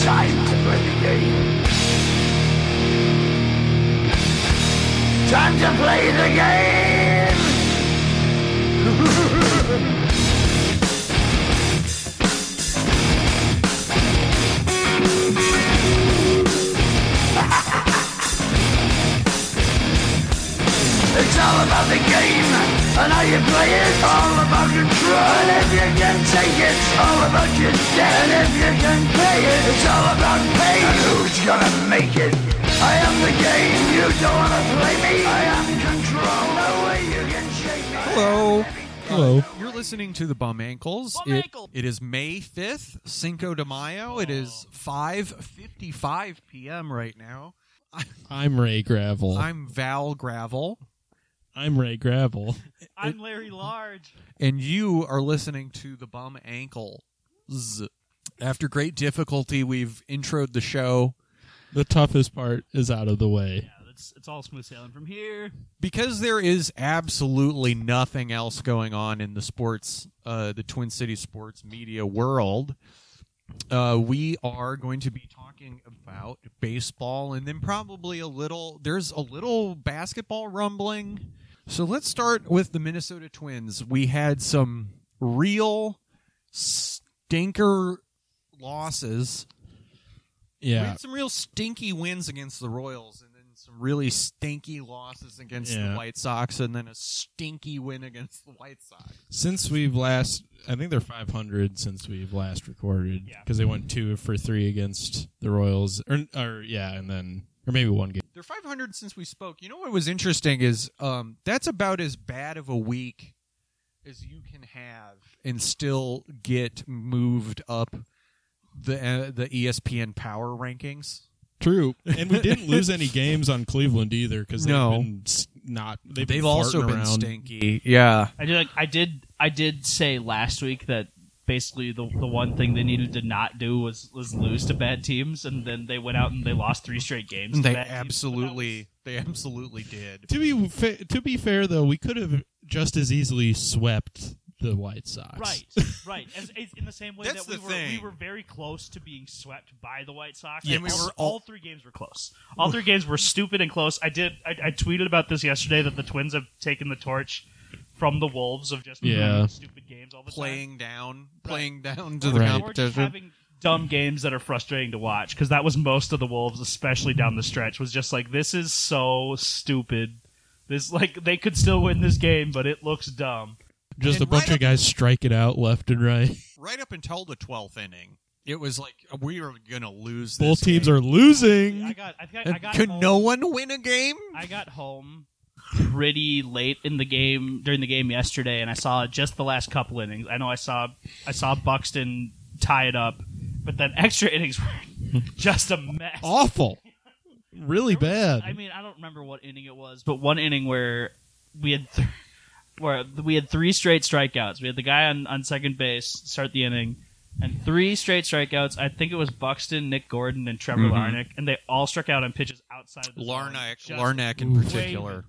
Time to play the game. Time to play the game. It's all about the game, and how you play it. All about control, and if you can take it, it's all about your debt. And if you can pay it, it's all about pain. And who's gonna make it? I am the game. You don't wanna play me. I am control. No way you can shake me. Hello. Hello. You're listening to the Bum Ankles. Bum It- Ankle. Oh. it is May 5th, Cinco de Mayo. It is 5:55 p.m. right now. I'm Ray Gravel. I'm, I'm Val Gravel, Ray Gravel. I'm Larry Large. and you are listening to the Bum Ankles. After great difficulty, we've introed the show The toughest part is out of the way. Yeah, it's, it's all smooth sailing from here. because there is absolutely nothing else going on in the sports, uh, the Twin Cities sports media world. Uh, we are going to be talking about baseball and then probably a little, there's a little basketball rumbling. So let's start with the Minnesota Twins. We had some real stinker losses we Yeah. had some real stinky wins against the Royals, and then some really stinky losses against Yeah. the White Sox, and then a stinky win against the White Sox. Since we've last, I think they're 500 since we've last recorded Yeah. because they went two for three against the Royals, or, or yeah, and then or maybe one game. They're 500 since we spoke. You know what was interesting is um, that's about as bad of a week as you can have and still get moved up the uh, the ESPN power rankings. True, and we didn't lose any games on Cleveland either because No. they've been s- not they've, They've been also farting been around. stinky. Yeah. I did. I did. I did say last week that basically the the one thing they needed to not do was was lose to bad teams, and then they went out and they lost three straight games. to They bad teams. absolutely they absolutely did. To be fa- to be fair though, we could have just as easily swept the White Sox. Right, right. As, as- in the same way That's that we the were, thing. we were very close to being swept by the White Sox, Yes. and we Yes. were all three games were close. All three games were stupid and close. I did. I, I tweeted about this yesterday that the Twins have taken the torch from the Wolves of just Yeah. throwing stupid games all the time. playing down, playing down to the Right. Or just competition. having dumb games that are frustrating to watch because that was most of the Wolves, especially down the stretch, was just like this is so stupid. This like they could still win this game, but it looks dumb. Just And a bunch right up- of guys striking out left and right. Right up until the twelfth inning, it was like we are gonna lose. Both this teams game. are losing. I got. I think I, I got. Could home- no one win a game? I got home pretty late in the game during the game yesterday, and I saw just the last couple innings. I know I saw I saw Buxton tie it up, but then extra innings were just a mess. Awful. Really There was- bad. I mean, I don't remember what inning it was, but one inning where we had th- where we had three straight strikeouts. We had the guy on, on second base start the inning, and three straight strikeouts. I think it was Buxton, Nick Gordon, and Trevor Mhm. Larnack, and they all struck out on pitches outside of the zone. Larnack, Just- Larnack in Ooh. particular.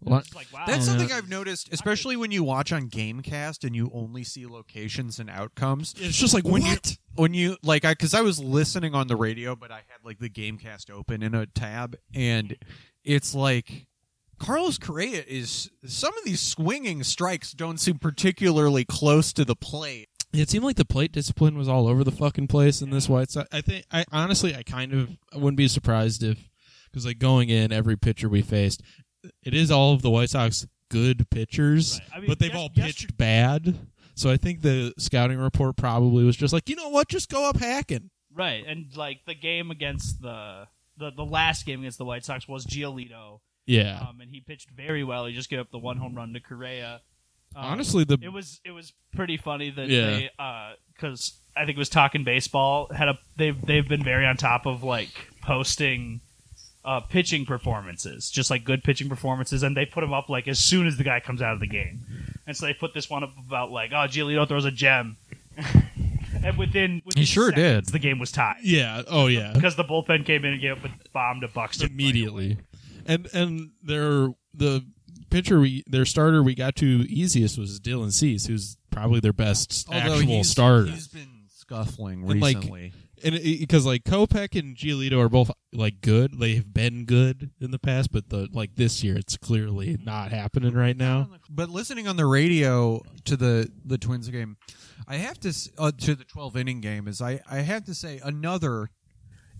What? It's like, wow. That's Yeah. something I've noticed, especially when you watch on GameCast and you only see locations and outcomes. It's just like When you- what? When you like, I because I was listening on the radio, but I had like the GameCast open in a tab, and it's like. Carlos Correa is some of these swinging strikes don't seem particularly close to the plate. It seemed like the plate discipline was all over the fucking place in this White Sox. I think I honestly I kind of I wouldn't be surprised if because like going in every pitcher we faced, it is all of the White Sox good pitchers, Right. I mean, but they've yes- all yes- pitched bad. So I think the scouting report probably was just like, you know what, just go up hacking. Right, and like the game against the the, the last game against the White Sox was Giolito, Yeah. um, and he pitched very well. He just gave up the one home run to Correa. Um, honestly, the it was it was pretty funny that Yeah. they because I think it was talking baseball had a they've they've been very on top of like posting uh, pitching performances, just like good pitching performances, and they put them up like as soon as the guy comes out of the game, and so they put this one up about like oh Giolito throws a gem, and within, within sure did. seconds, The game was tied yeah, oh yeah. because the bullpen came in and gave up a bomb to Buxton immediately. And and their the pitcher we their starter we got to easiest was Dylan Cease, who's probably their best Although actual he's- starter. He's been scuffling And, like, recently. and because like Kopech and Giolito are both like good, they've been good in the past, but the like this year it's clearly not happening right now. but listening on the radio to the the Twins game, I have to s- uh, to the 12 inning game is I I have to say another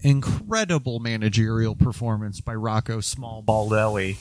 incredible managerial performance by Rocco Smallbaldelli.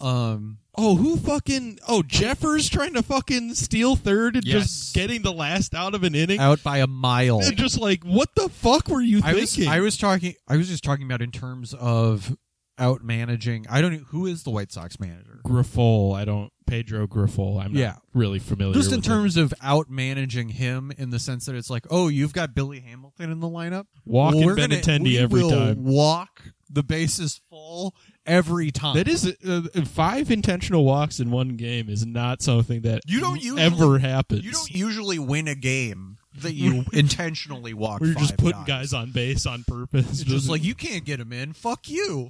Um Oh, who fucking oh Jeffers trying to fucking steal third and Yes. just getting the last out of an inning, out by a mile. and just like what the fuck were you I was, thinking? I was talking I was just talking about in terms of out managing. I don't know who is the White Sox manager. Griffol, I don't Pedro Griffol. I'm Yeah. not really familiar. Just in with him. terms of out managing him in the sense that it's like, oh, you've got Billy Hamilton in the lineup. Walking we're gonna- Benintendi we every will time. Walk the bases full every time. that is uh, five intentional walks in one game is not something that You don't usually- ever happens. you don't usually win a game that you intentionally walk. where you're just five putting guys. guys on base on purpose. It's just like you can't get him in. Fuck you.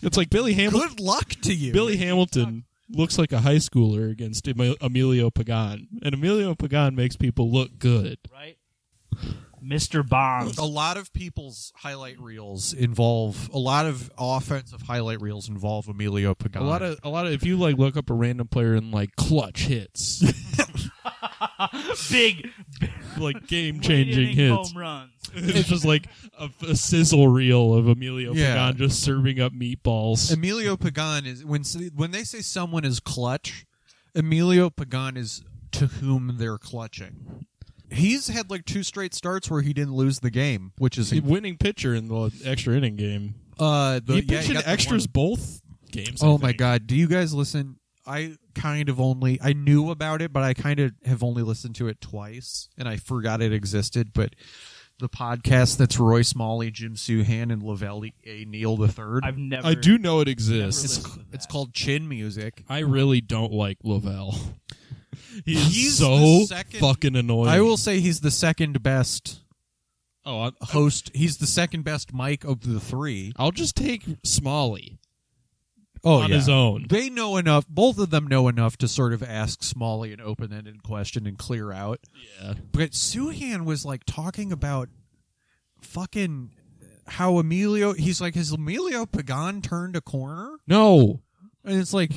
It's like Billy Hamilton. Good luck to you, Billy Hamilton looks like a high schooler against Emi- Emilio Pagan, and Emilio Pagan makes people look good. right? Mr. Bonds. Oh, A lot of people's highlight reels involve a lot of offensive highlight reels involve Emilio Pagan. A lot of a lot of if you like look up a random player and like clutch hits, Big, like game changing winning hits. home runs. It's just like a, a sizzle reel of Emilio Yeah. Pagan just serving up meatballs. Emilio Pagan is when when they say someone is clutch, Emilio Pagan is to whom they're clutching. He's had like two straight starts where he didn't lose the game, which is Winning pitcher in the extra inning game. uh the he yeah, pitched in got the extras one- both games. I Oh my think. god, do you guys listen? I kind of only I knew about it, but I kind of have only listened to it twice and I forgot it existed, but the podcast that's Roy Smalley, Jim Suhan, and Lavelle A. Neal the third. I've never. I do know it never exists. listened. It's, it's called Chin Music. I really don't like Lavelle. He is He's so the second- fucking annoying. I will say he's the second best Oh, I- host. He's the second best mic of the three. I'll just take Smalley Oh, on his own. They know enough. Both of them know enough to sort of ask Smalley an open-ended question and clear out. Yeah. But Suhan was like talking about fucking how Emilio. He's like, has Emilio Pagan turned a corner? No. And it's like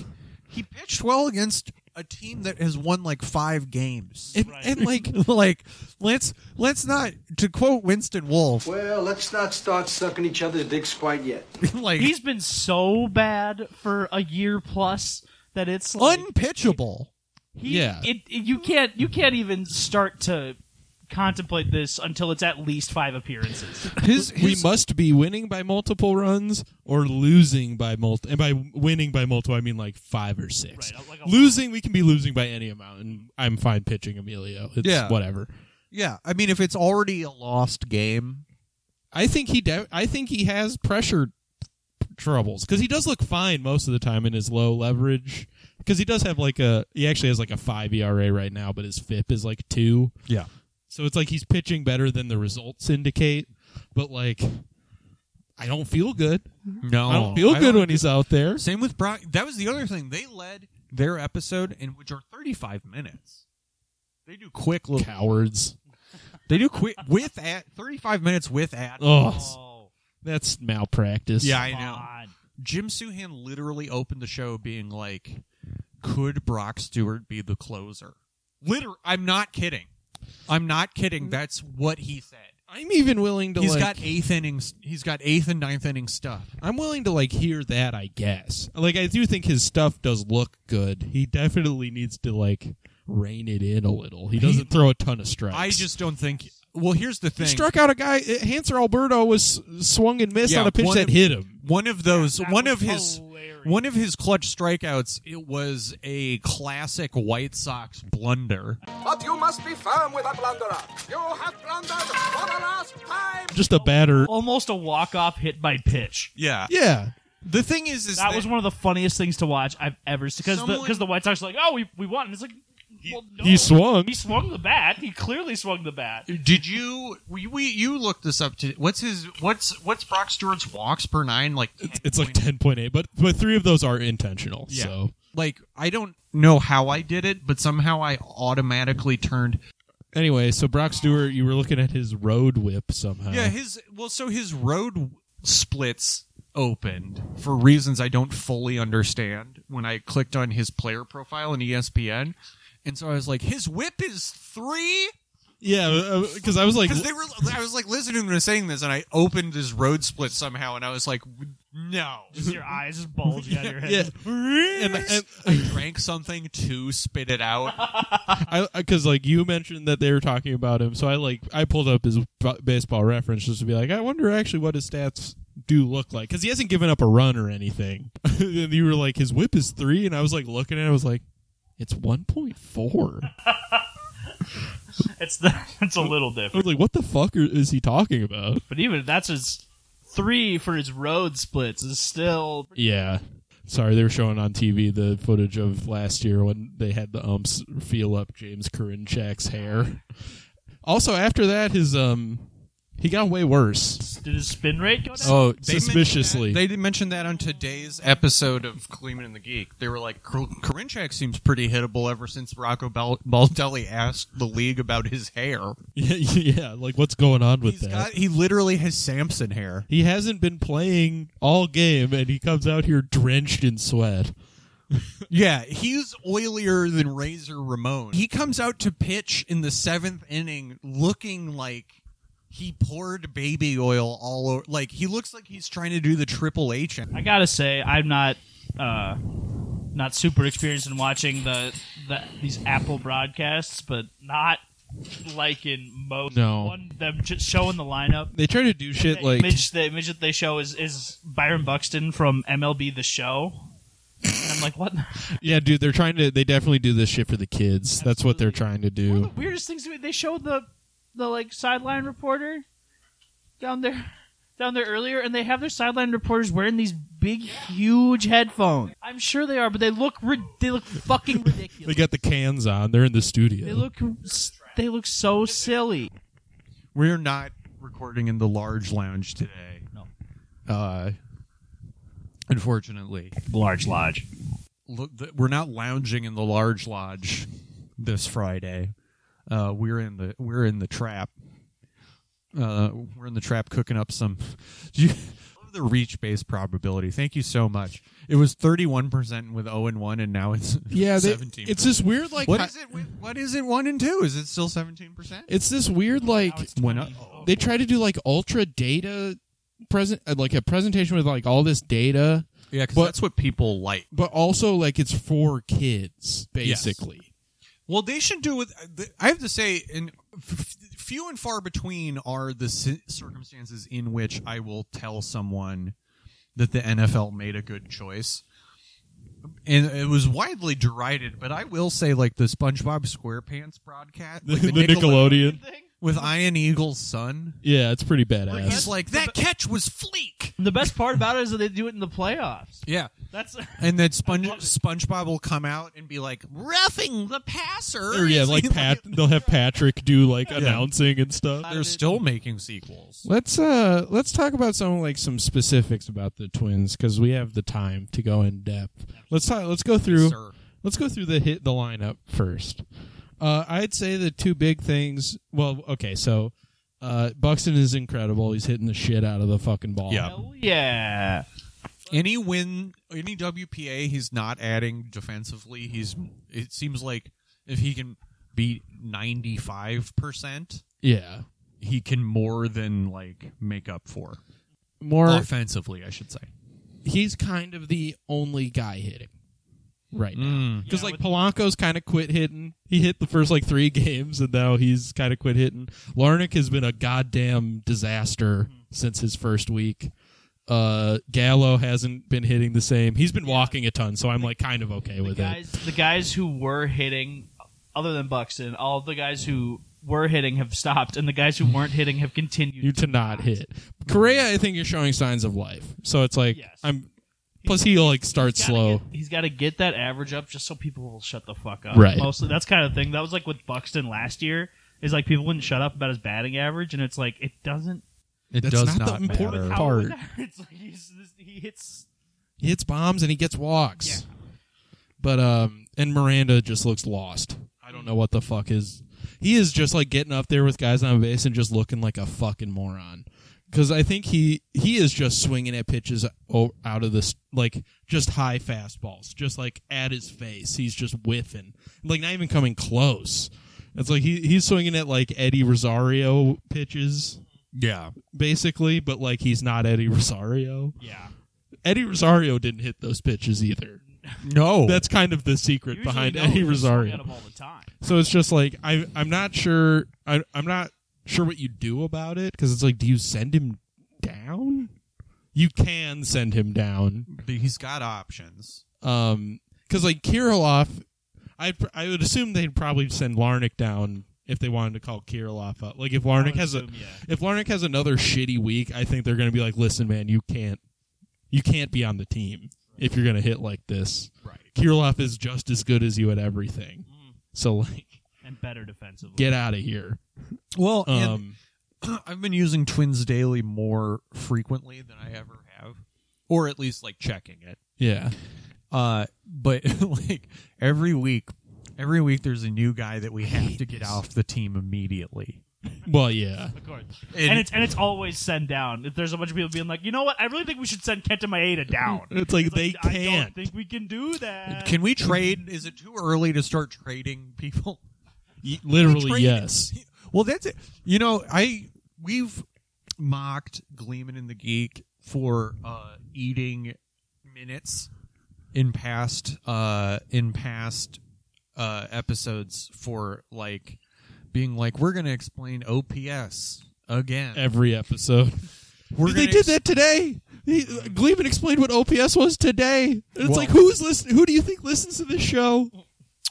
he pitched well against a team that has won like five games. And, Right. and like like let's let's not to quote Winston Wolfe. Well, let's not start sucking each other's dicks quite yet. like He's been so bad for a year plus that it's like unpitchable. he, Yeah. It, it- you can't you can't even start to contemplate this until it's at least five appearances. His, we must be winning by multiple runs or losing by multi and by winning by multiple I mean like 5 or 6. Right, like a lot. losing we can be losing by any amount and I'm fine pitching Emilio. It's Yeah. whatever. yeah. I mean, if it's already a lost game, I think he de- I think he has pressure troubles because he does look fine most of the time in his low leverage because he does have like a he actually has like a five ERA right now, but his FIP is like two. yeah, So it's like he's pitching better than the results indicate, but like I don't feel good. no, I don't feel good when he's out there. Oh, Same with Brock. That was the other thing. They led their episode in which are thirty-five minutes. They do quick little. Cowards. They do quick with at thirty-five minutes with at. Oh, that's malpractice. yeah, I come know. on. Jim Suhan literally opened the show being like, "Could Brock Stewart be the closer?" Liter, I'm not kidding. I'm not kidding. That's what he said. I'm even willing to He's like. got eighth innings. He's got eighth and ninth inning stuff. I'm willing to like hear that, I guess. Like I do think his stuff does look good. He definitely needs to like rein it in a little. He doesn't throw a ton of strikes. I just don't think. Well, here's the he thing. struck out a guy. uh, Hanser Alberto was swung and missed Yeah, on a pitch one that of- hit him. one of those. That one was of his. hilarious. One of his clutch strikeouts. It was a classic White Sox blunder. But you must be firm with a blunderer. You have blundered for the last time. Just a batter. almost a walk off hit by pitch. Yeah. Yeah, The thing is, is That was one of the funniest things to watch I've ever seen because Someone- the, 'cause the White Sox are like, oh, we we won. And it's like, well, no. he swung. He swung the bat. He clearly swung the bat. Did you we, we you look this up to what's his what's what's Brock Stewart's walks per nine like It's like ten point eight, but but three of those are intentional. Yeah. So like I don't know how I did it but somehow I automatically turned Anyway, so Brock Stewart, you were looking at his road whip somehow. Yeah, his well, so his road w- splits opened for reasons I don't fully understand. When I clicked on his player profile in E ESPN, and so I was like, his whip is three yeah, because I was like, because they were. I was like listening to him saying this, and I opened his road split somehow, and I was like, no. Just your eyes just bulging out of your head. yeah, and, I, and I drank something to spit it out. I because like you mentioned that they were talking about him, so I like I pulled up his b- baseball reference just to be like, I wonder actually what his stats do look like because he hasn't given up a run or anything. and you were like, his whip is three, and I was like looking at, it, I was like, it's one point four. I It's the, it's a little different. was like, what the fuck are, is he talking about? But even if that's his three for his road splits is still Yeah. Sorry, they were showing on TV the footage of last year when they had the umps feel up James Karinchak's hair. Also, after that, his um, he got way worse. did his spin rate go down? Oh, They mentioned suspiciously. that- They did mention that on today's episode of Kleeman and the Geek. They were like, "Kar- Karinchak seems pretty hittable ever since Rocco Bal- Baldelli asked the league about his hair. yeah, yeah, like what's going on with He's that? got, he literally has Samson hair. he hasn't been playing all game, and he comes out here drenched in sweat. Yeah, he's oilier than Razor Ramon. He comes out to pitch in the seventh inning looking like he poured baby oil all over. Like, he looks like he's trying to do the Triple H. I gotta say, I'm not uh, not super experienced in watching the, the these Apple broadcasts, but not like in most No. one them just showing the lineup. They try to do shit The like image, the image that they show is is Byron Buxton from MLB The Show. And I'm like, what? the- yeah, dude. They're trying to. They definitely do this shit for the kids. That's what they're trying to One do. of the weirdest things to me, they showed the the like sideline reporter down there down there earlier, and they have their sideline reporters wearing these big, huge headphones. I'm sure they are, but they look rid- they look fucking They ridiculous. got the cans on. They're in the studio. they look s- they look so silly. We're not recording in the large lounge today. No. Uh, unfortunately. Large Lodge. look, th- we're not lounging in the large lodge this Friday. Uh, we're in the we're in the trap. Uh, we're in the trap cooking up some. You, love the reach based probability. Thank you so much. It was thirty one percent with zero and one, and now it's yeah, they, seventeen. it's this weird like what hi- is it? With, what is it? One and two? Is it still seventeen percent? It's this weird like uh, Went up. they try to do like ultra data present uh, like a presentation with like all this data, Yeah, because But- that's what people like. but also like it's for kids basically. Well, they should do with. uh, I have to say, in f- few and far between are the ci- circumstances in which I will tell someone that the NFL made a good choice. And it was widely derided, but I will say, like the SpongeBob SquarePants broadcast, like with Iron Eagle's son, Yeah, it's pretty where badass. he's like, "That catch was fleek." The best part about it is that they do it in the playoffs. Yeah, That's and then Sponge I love it. SpongeBob will come out and be like, "Roughing the passer." Or Oh, yeah, like Pat they'll have Patrick do like announcing and stuff. They're still making sequels. Let's uh let's talk about some like some specifics about the twins cuz we have the time to go in depth. Let's talk, let's go through Sir. Let's go through the hit the lineup first. Uh, I'd say the two big things. Well, okay, so uh, Buxton is incredible. He's hitting the shit out of the fucking ball. Yeah. Hell yeah. any win any WPA he's not adding defensively he's it seems like if he can beat 95% yeah. he can more than like make up for More, offensively I should say he's kind of the only guy hitting right now. Mm. Because Yeah, like Polanco's kind of quit hitting. He hit the first like three games, and now he's kind of quit hitting. Larnick has been a goddamn Mm-hmm. disaster since his first week. Uh, Gallo hasn't been hitting the same. He's been walking a ton, so I'm like kind of okay with the it. guys, the guys who were hitting, other than Buxton, all of the guys who were hitting have stopped, and the guys who weren't hitting have continued. you to not hit. Correa, I think, is showing signs of life. So it's like Yes. I'm. Plus, he like starts He's gotta slow. get- he's got to get that average up just so people will shut the fuck up. Right. Mostly, that's kind of thing. That was like with Buxton last year. Is like people wouldn't shut up about his batting average, and it's like it doesn't. it That's does not not the important matter. part. It's like he's, he hits. He hits bombs and he gets walks. Yeah. But um, and Miranda just looks lost. I don't know what the fuck his he is just like getting up there with guys on base and just looking like a fucking moron. Because I think he he is just swinging at pitches o- out of this like just high fastballs, just like at his face. He's just whiffing, like not even coming close. It's like he he's swinging at like Eddie Rosario pitches, Yeah. basically, but like he's not Eddie Rosario. Yeah. Eddie Rosario didn't hit those pitches either. No. That's kind of the secret Usually, behind no, Eddie you just swing at Rosario. 'em all the time. So it's just like I I'm not sure I I'm not sure what you do about it because it's like do you send him down? You can send him down. he's got options. Um, because like Kirilov, I I would assume they'd probably send Larnick down if they wanted to call Kirilov up. Like if Larnick has a assume, yeah. if Larnick has another shitty week, I think they're gonna be like, listen, man, you can't you can't be on the team if you're gonna hit like this. Right. Kirilov is just as good as you at everything. So like And better defensively. get out of here. Well, and Um, I've been using Twins Daily more frequently than I ever have, or at least like checking it. yeah, Uh, but like every week, every week there's a new guy that we have to get off the team immediately. well, yeah, Of course. And- And, it's and it's always send down. If there's a bunch of people being like, you know what, I really think we should send Kenta Maeda down. it's like they I can't. don't think we can do that. Can we trade? Is it too early to start trading people? Y- Literally, trade yes. Well, that's it. You know, I we've mocked Gleeman and the Geek for uh, eating minutes in past uh, in past uh, episodes for like being like we're going to explain OPS again. Every episode, We're they gonna did ex- that today. He, Gleeman explained what OPS was today. It's Well- like who's listen? Who do you think listens to this show?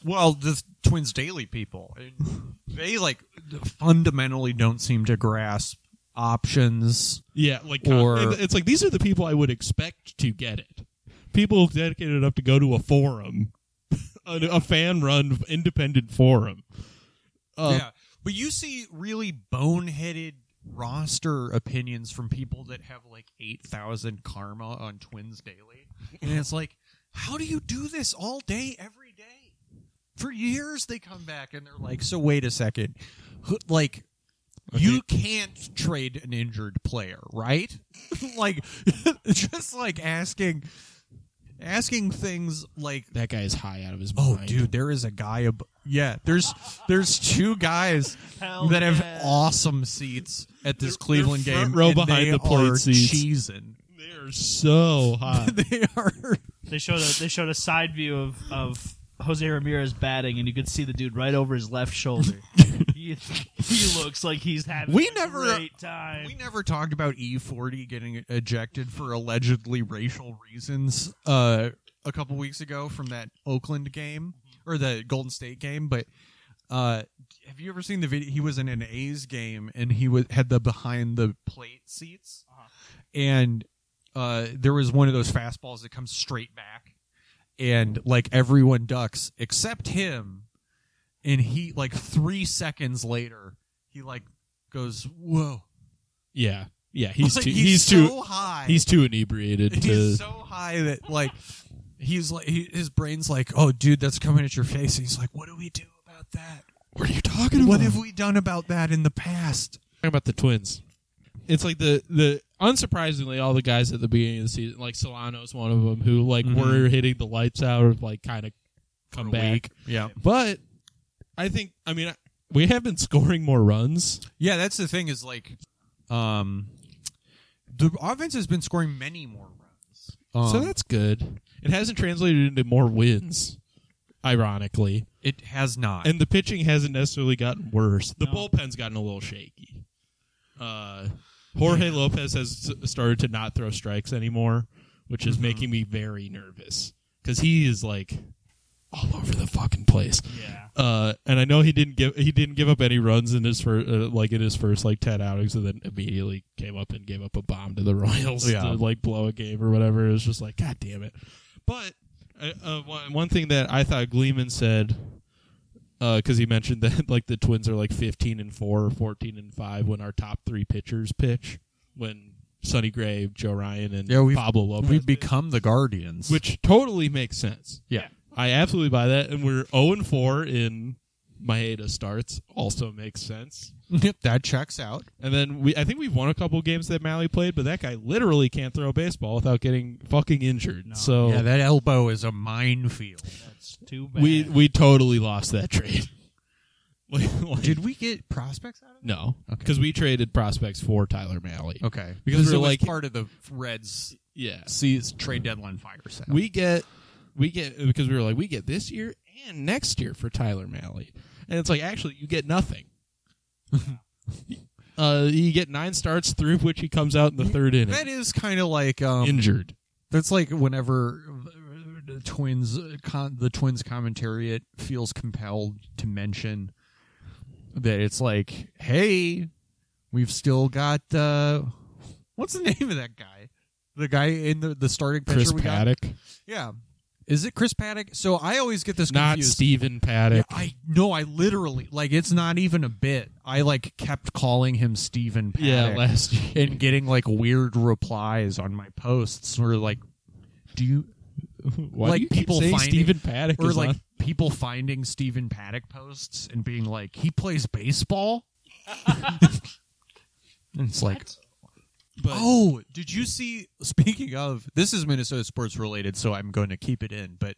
Well, the Twins Daily people, and they like fundamentally don't seem to grasp options. Yeah, like uh, Or- it's like these are the people I would expect to get it. People dedicated enough to go to a forum, a, a fan-run independent forum. Uh, yeah, but you see really boneheaded roster opinions from people that have like eight thousand karma on Twins Daily, and it's like, how do you do this all day, every day? For years, they come back and they're like, so wait a second, who- like. You can't trade an injured player, right? like, just like asking, asking things like That guy is high out of his Oh, mind. dude, there is a guy. Ab- yeah, there's there's two guys Hell that have yeah. awesome seats at this Cleveland they're front game. row and behind they the plate are seats. cheesing. they're so high. they are. They showed a they showed a side view of of Jose Ramirez batting, and you could see the dude right over his left shoulder. he, he looks like he's having We a never- great time. We never talked about E40 getting ejected for allegedly racial reasons uh, a couple weeks ago from that Oakland game or the Golden State game, but uh, have you ever seen the video? He was in an A's game and he was had the behind the plate seats, and uh, there was one of those fastballs that comes straight back, and like everyone ducks except him, and he like three seconds later he like goes whoa Yeah, yeah. He's like, too. He's, he's, too. so high. He's too inebriated to. He's so high that like he's like he, his brain's like, oh dude, that's coming at your face. And he's like, what do we do about that? what are you talking about? What have we done about that in the past? talking about the twins. It's like the the unsurprisingly all the guys at the beginning of the season, like Solano's one of them, who like Mm-hmm. were hitting the lights out of like kind of come back. Yeah, But I think I mean I- we have been scoring more runs. yeah. That's the thing is like, um, the offense has been scoring many more runs. Um, so that's good. It hasn't translated into more wins, ironically. it has not. And the pitching hasn't necessarily gotten worse. The No. bullpen's gotten a little shaky. Uh, Jorge Lopez has s- started to not throw strikes anymore, which is making me very nervous because he is like all over the fucking place. yeah. Uh, and I know he didn't give he didn't give up any runs in his first uh, like in his first like ten outings, and then immediately came up and gave up a bomb to the Royals Yeah. to like blow a game or whatever. It was just like, god damn it! But uh, uh, one, one thing that I thought Gleeman said because he mentioned that like the Twins are like fifteen and four or fourteen and five when our top three pitchers pitch when Sonny Gray, Joe Ryan, and Yeah, we've- Pablo Lopez, We've become the guardians. which totally makes sense. yeah, I absolutely buy that, and we're zero and oh four in Maeda starts also makes sense. that checks out. And then we, I think we've won a couple games that Malley played, but that guy literally can't throw a baseball without getting fucking injured. So Yeah, that elbow is a minefield. That's too bad. we we totally lost that trade. like, like- Did we get prospects out of it? no, Okay. because we traded prospects for Tyler Malley. Okay, Because This we were was like- part of the Reds' Yeah, seas trade deadline fire sale. we get we get because we were like we get this year and next year for Tyler Malley, and it's like actually you get nothing. uh, you get nine starts, three of which he comes out in the third inning that is kind of like um, injured. That's like whenever uh, the twins uh, con- the twins commentariat feels compelled to mention that it's like, hey, we've still got uh, what's the name of that guy? The guy in the, the starting pitcher Chris we Paddock, got. Yeah, is it Chris Paddock? So I always get this not confused. Stephen Paddock. I no, I literally like it's not even a bit. I like kept calling him Steven Paddock Yeah, last year. and getting like weird replies on my posts or like do you Why like do you keep people saying finding- Stephen Paddock or is like on- people finding Steven Paddock posts and being like he plays baseball and it's like but oh did you see speaking of this is Minnesota sports related so I'm going to keep it in but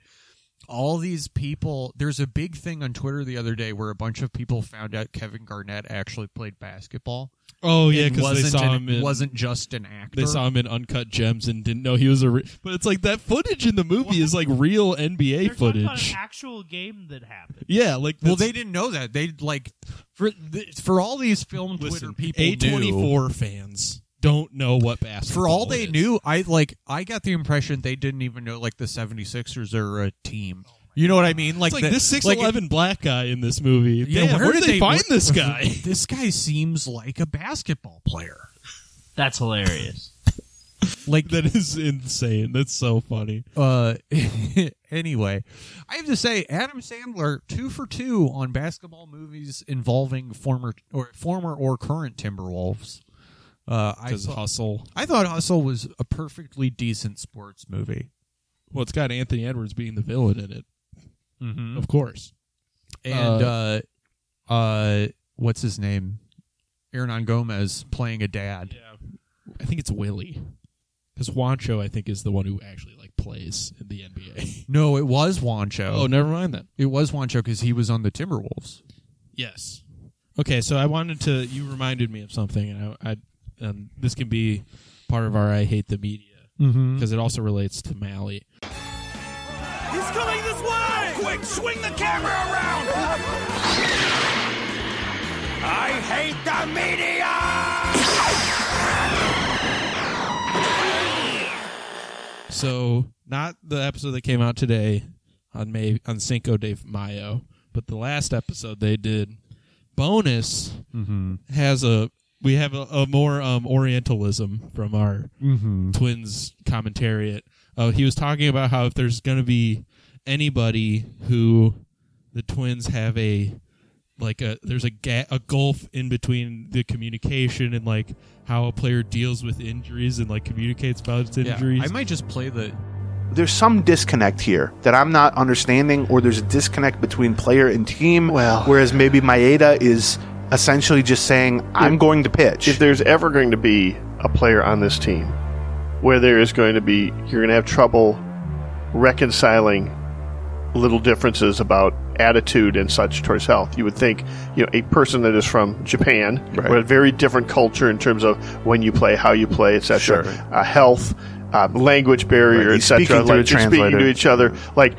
all these people there's a big thing on Twitter the other day where a bunch of people found out Kevin Garnett actually played basketball oh yeah, and because they wasn't saw an- him in wasn't just an actor they saw him in Uncut Gems and didn't know he was a. Re- but it's like that footage in the movie is like real NBA They're talking about footage. an actual game that happened. yeah, like Well, that's- they didn't know that. They like for th- for all these film Twitter listen, people A twenty knew- four fans don't know what basketball. For all they is. knew, I like I got the impression they didn't even know like the 76ers are a team. Oh, You know what I mean? Like, It's like the- this six eleven black guy in this movie. yeah, Damn, where, did they, find this guy? this guy seems like a basketball player. That's hilarious. Like that is insane. That's so funny. uh anyway, I have to say Adam Sandler 2 for 2 on basketball movies involving former or former or current Timberwolves. Uh I Because saw- hustle. I thought Hustle was a perfectly decent sports movie. Well, it's got Anthony Edwards being the villain in it, Mm-hmm. of course. And uh, uh, what's his name? Hernan Gomez playing a dad. I think it's Willie. Because Wancho, I think, is the one who actually like plays in the NBA. No, it was Wancho. Oh, never mind then. It was Wancho because he was on the Timberwolves. Yes. Okay, so I wanted to. You reminded me of something, and I, I and this can be part of our "I hate the media" Mm-hmm. because it also relates to Mally. He's coming this way! Quick, swing the camera around! I hate the media! So not the episode that came out today on May on Cinco de Mayo, but the last episode they did. Bonus has a we have a, a more um, Orientalism from our Twins commentariat. Uh, he was talking about how if there's going to be anybody who the Twins have a like a there's a ga- a gulf in between the communication and like how a player deals with injuries and like communicates about its injuries. I might just play the. there's some disconnect here that I'm not understanding, or there's a disconnect between player and team. Well- whereas maybe Maeda is essentially just saying, "I'm going to pitch." if there's ever going to be a player on this team where there is going to be you're going to have trouble reconciling little differences about attitude and such towards health you would think you know a person that is from japan Right. where a very different culture in terms of when you play how you play etc Sure. uh, health uh, language barrier Right, he's etc speaking through like a you're speaking to translator. each other like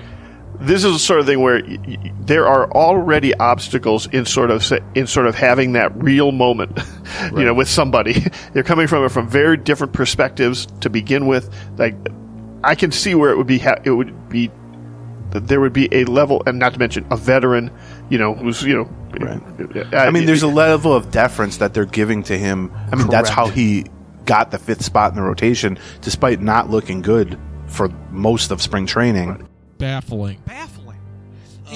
this is the sort of thing where y- y- there are already obstacles in sort of se- in sort of having that real moment, you know, with somebody. They're coming from it from very different perspectives to begin with. Like, I can see where it would be ha- it would be that there would be a level, and not to mention a veteran, you know, who's you know. Right. uh, I mean, there's a it- level of deference that they're giving to him. I mean, that's how Correct. he got the fifth spot in the rotation, despite not looking good for most of spring training. baffling. Baffling.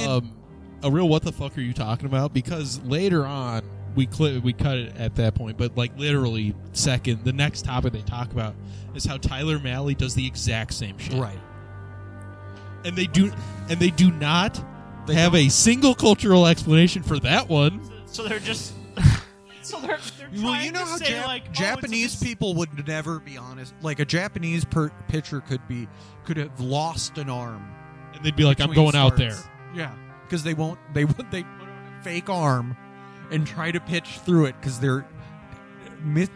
Um, a real what the fuck are you talking about? Because later on we cli we cut it at that point, but like literally second, the next topic they talk about is how Tyler Malley does the exact same shit, Right. And they do, and they do not They- have a single cultural explanation for that one. So they're just. so they're. they're Well, trying you know to how say, Jap- like, oh, it's Japanese a mis- people would never be honest. Like a Japanese per- pitcher could be could have lost an arm. And they'd be like, I'm between going out there. starts. Yeah, because they won't. They would. They put on a fake arm and try to pitch through it because they're. Myth,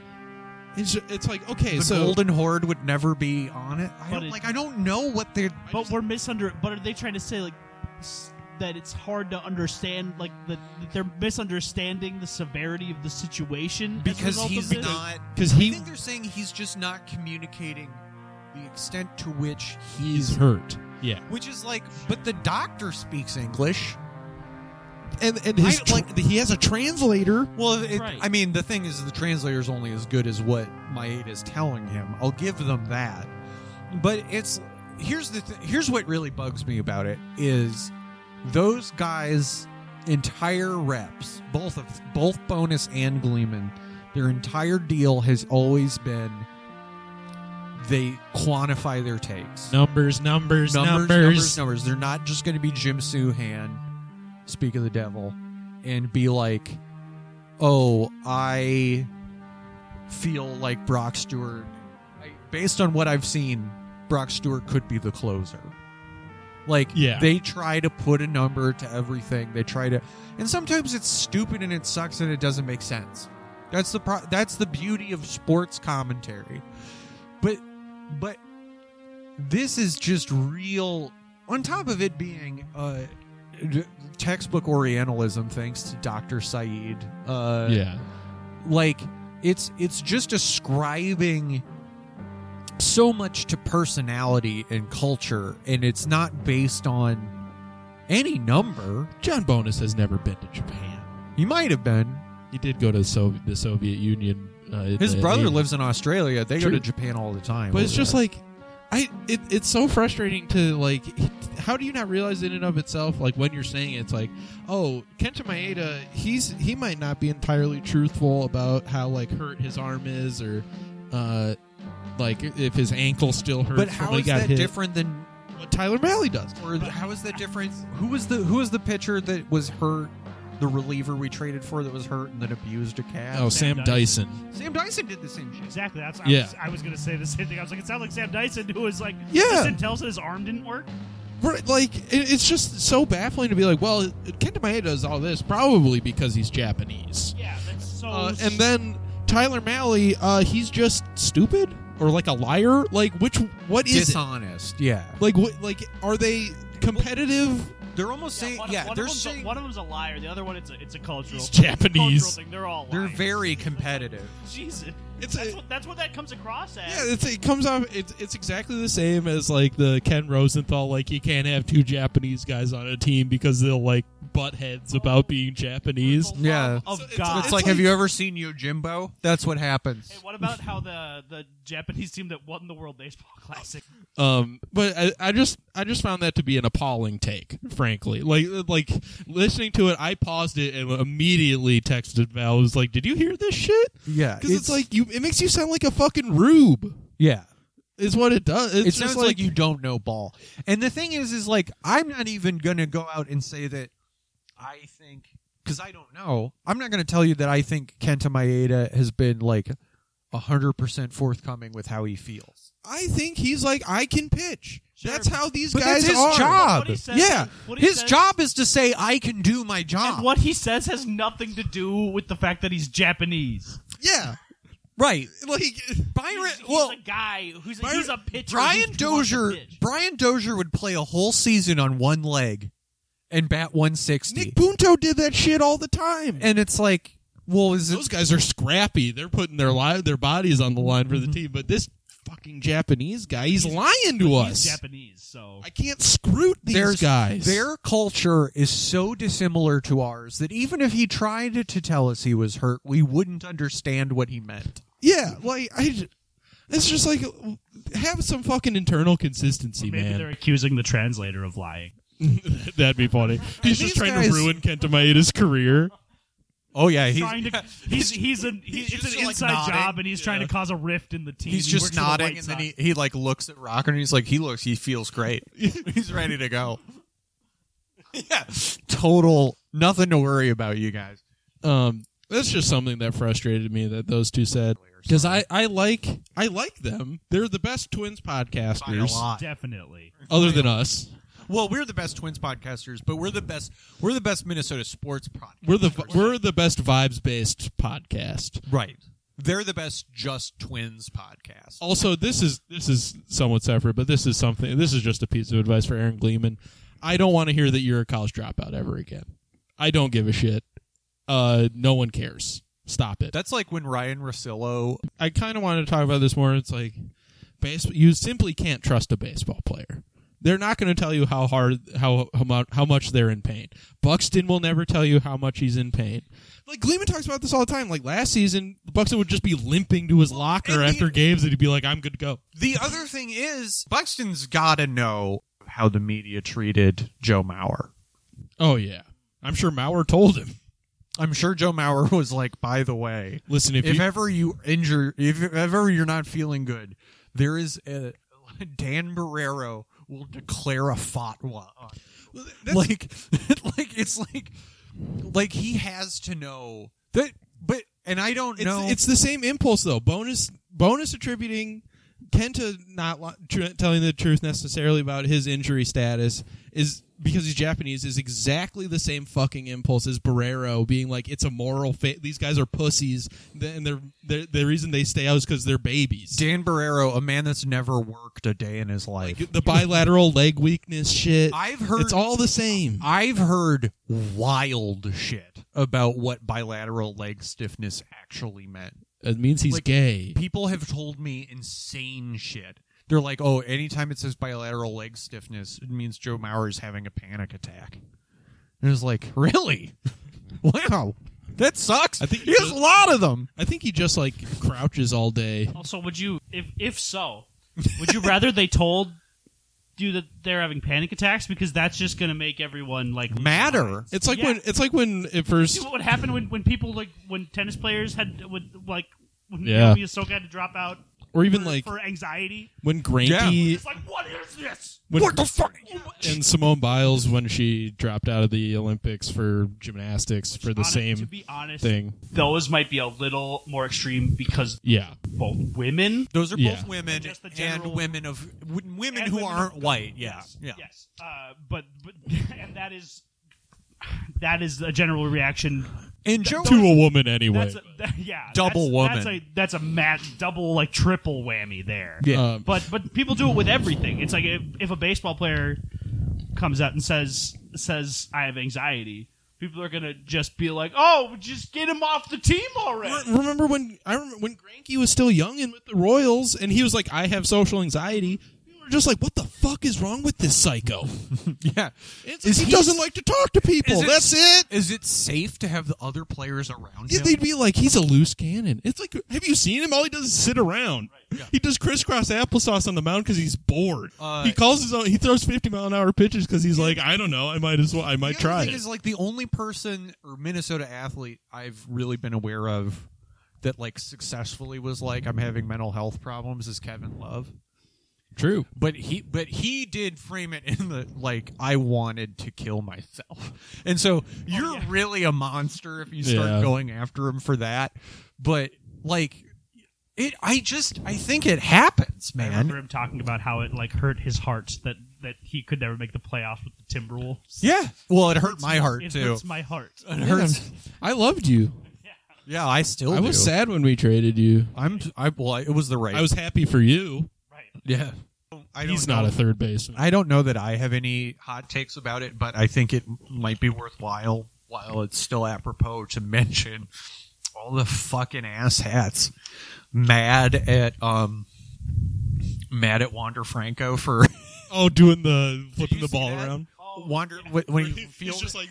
It's, it's like, okay, the so. Golden Horde would never be on it. I But don't, it- like I don't know what they're. But we're misunder. But are they trying to say like s- that it's hard to understand? Like that, that they're misunderstanding the severity of the situation as a because result of he's this? not. 'Cause I he- think they're saying he's just not communicating the extent to which He's hurt. Yeah. Which is like, but the doctor speaks English. And, and his his tr- he has a translator. Well, it, Right. I mean, the thing is, the translator's only as good as what Maeda is telling him. I'll give them that. But it's here's the th- here's what really bugs me about it is those guys' entire reps, both of both Bonus and Gleeman, their entire deal has always been they quantify their takes Numbers, numbers, numbers. numbers, numbers, numbers. They're not just going to be Jim Suhan, speak of the devil, and be like, "Oh, I feel like Brock Stewart." I, based on what I've seen, Brock Stewart could be the closer. Like, Yeah. they try to put a number to everything. They try to, and sometimes it's stupid and it sucks and it doesn't make sense. That's the pro- that's the beauty of sports commentary. But but this is just real on top of it being uh d- textbook orientalism thanks to dr saeed uh Yeah. like it's it's just ascribing so much to personality and culture and it's not based on any number John Bonus has never been to Japan. he might have been He did go to Soviet, the Soviet Union. Uh, in his the brother 80s. lives in australia they go True. to japan all the time But it's over just there. like, I it, it's so frustrating to like. How do you not realize in and of itself? Like when you're saying it, it's like, oh, Kenta Maeda, he's he might not be entirely truthful about how like hurt his arm is or. uh like if his ankle still hurts, but from how when he is got that hit. different than What Tyler Malley does. or th- how is that different? Who was the who was the pitcher that was hurt? The reliever we traded for that was hurt and then abused a calf. Oh, Sam Sam, Dyson. Sam Dyson did the same shit. Exactly. That's. I Yeah. Was, I was gonna say the same thing. I was like, it sounded like Sam Dyson, who was like, Yeah. Dyson tells that his arm didn't work. Right, like it, it's just so baffling to be like, well, Kenta Maeda does all this probably because he's Japanese, Yeah, that's so. uh, and then Tyler Malley, uh, he's just stupid or like a liar. Like which, what is it? Dishonest. Yeah, Like what? Like are they competitive? they're almost Yeah, saying one, yeah. one, of they're them's a, saying one of them's a liar. The other one, it's a, it's a cultural. It's Japanese. cultural thing. They're all. they're liars. very competitive. Jesus. It's That's a- what, that's what that comes across as. Yeah, it's, it comes off. It's, it's exactly the same as like the Ken Rosenthal. Like he can't have two Japanese guys on a team because they'll like butt heads about being Japanese. For the Yeah. love of So it's- God. It's, like, have you ever seen Yojimbo? That's what happens. Hey, what about how the the Japanese team that won the World Baseball Classic? Um, but I, I just I just found that to be an appalling take, frankly. Like like listening to it, I paused it and immediately texted Val. Was like, "Did you hear this shit?" Yeah, Because it's, like you, it makes you sound like a fucking rube. yeah. Is what it does. It's it just sounds like, you don't know ball. And the thing is, is like I'm not even gonna go out and say that I think because I don't know. I'm not gonna tell you that I think Kenta Maeda has been like hundred percent forthcoming with how he feels. I think he's like I can pitch. Sure, That's how these but guys that's his are. job. What he says, Yeah, what he his says- job is to say I can do my And job. what he says has nothing to do with the fact that he's Japanese. Yeah, Right, like Byron. He's, he's Well, a guy who's a, Byron- he's a pitcher. Brian who's too much to Dozier. pitch. Brian Dozier would play a whole season on one leg and bat 160. Nick Punto did that shit all the time. and it's like, well, is it Those guys are scrappy. They're putting their li- their bodies on the line Mm-hmm. for the team. But this fucking Japanese guy, he's, lying to He's us. Japanese, so I can't scroot these There's- guys. Their culture is so dissimilar to ours that even if he tried to, to tell us he was hurt, we wouldn't understand what he meant. yeah, like I, j- it's just like have some fucking internal consistency, maybe they're man. accusing the translator of lying. That'd be funny. these He's just trying guys- to ruin Kenta Maeda's career. Oh yeah, He's he's trying to, he's he's an he's, he's it's just, an like, inside nodding. job, and he's trying to cause a rift in the team. he's He just works for the nodding, White and then Sox. he, he like looks at Rocker and he's like, he looks, he feels great. he's ready to go. yeah, total nothing to worry about, you guys. Um, that's just something that frustrated me that those two said because I, I like I like them. They're the best twins By a podcasters, lot. Definitely. other than us. Well, we're the best twins podcasters, but we're the best. We're the best Minnesota sports podcast. We're the vi- we're the best vibes based podcast. Right. They're the best just twins podcast. Also, this is this is somewhat separate, but this is something. This is just a piece of advice for Aaron Gleeman. I don't want to hear that you're a college dropout ever again. I don't give a shit. Uh, no one cares. Stop it. That's like when Ryan Rossillo. I kind of wanted to talk about this more. It's like base you simply can't trust a baseball player. They're not going to tell you how hard how how, mu- how much they're in pain. Buxton will never tell you how much he's in pain. Like Gleeman talks about this all the time. Like last season, Buxton would just be limping to his locker and the- after games, and he'd be like, "I'm good to go." The other thing is, Buxton's got to know how the media treated Joe Mauer. Oh yeah, I'm sure Maurer told him. I'm sure Joe Mauer was like, by the way, Listen, if, if, you, ever you injure, if ever you're not feeling good, there is a Dan Barrero will declare a fatwa. On. you. Like, like it's like, like he has to know that. But and I don't it's, know. it's the same impulse though. Bonus bonus attributing Kenta not li- tr- telling the truth necessarily about his injury status is because he's Japanese is exactly the same fucking impulse as Barrero being like it's a moral fa- these guys are pussies th- and they're, they're the reason they stay out is because they're babies. Dan Barrero, a man that's never worked a day in his life. the bilateral leg weakness shit. I've heard- it's all the same. I've heard wild shit about what bilateral leg stiffness actually meant. It means he's Like, gay. People have told me insane shit. They're like, oh, anytime it says bilateral leg stiffness, it means Joe Mauer is having a panic attack. And it's like, really? wow. That sucks. I think he has you- a lot of them. I think he just like crouches all day. Also, would you, if if so, would you rather they told you that they're having panic attacks because that's just going to make everyone like lose their Matter. minds? It's like Yeah. when it's like when at first See what would happen when, when people like when tennis players had would like when Yeah. Naomi Ahsoka had to drop out or even for, like for anxiety. when Granky It's like what is this? when- what the fuck? and Simone Biles when she dropped out of the Olympics for gymnastics for the Honest- To same be honest, thing. Those might be a little more extreme because Yeah. both women. Those are Yeah. both women Just the general- and women of w- women and who women- aren't white. Yeah. Yes, Ah, Yeah. Yes. Uh, but, but and that is that is a general reaction. And Joe To a woman anyway. That's a, that- yeah. Double that's, woman. That's a that's a match double like triple whammy there. Yeah. Um, But but people do it with everything. It's like if, if a baseball player comes out and says says I have anxiety, people are gonna just be like, oh, just get him off the team already. remember when I remember when Granky was still young and with the Royals and he was like I have social anxiety. We were just like what the fuck is wrong with this psycho? yeah. Is It's like, he he- doesn't like to talk to people. Is it- That's it. Is it safe to have the other players around Yeah, him? They'd be like, he's a loose cannon. It's like, have you seen him? All he does is sit around. He does crisscross applesauce on the mound because he's bored. Uh, he calls his own. He throws fifty mile an hour pitches because he's like, I don't know. I might as well. I might the try other it. thing is like the only person or Minnesota athlete I've really been aware of that like successfully was like I'm having mental health problems is Kevin Love. True. But he but he did frame it in the like I wanted to kill myself. And so you're really a monster if you start Yeah. going after him for that. But like it I just I think it happens, I remember man. him talking about how it like hurt his heart that that he could never make the playoffs with the Timberwolves. Yeah. Well, it hurt my heart It too. hurts my heart. It hurts. I loved you. Yeah, I still I was do. sad when we traded you. I'm I well, I- it was the right. I was happy for you. Yeah. I don't He's not know. a third baseman. I don't know that I have any hot takes about it, but I think it might be worthwhile while it's still apropos to mention all the fucking asshats mad at um mad at Wander Franco for Oh, doing the flipping you the see ball that? around. Wander when- when you feel he's just like.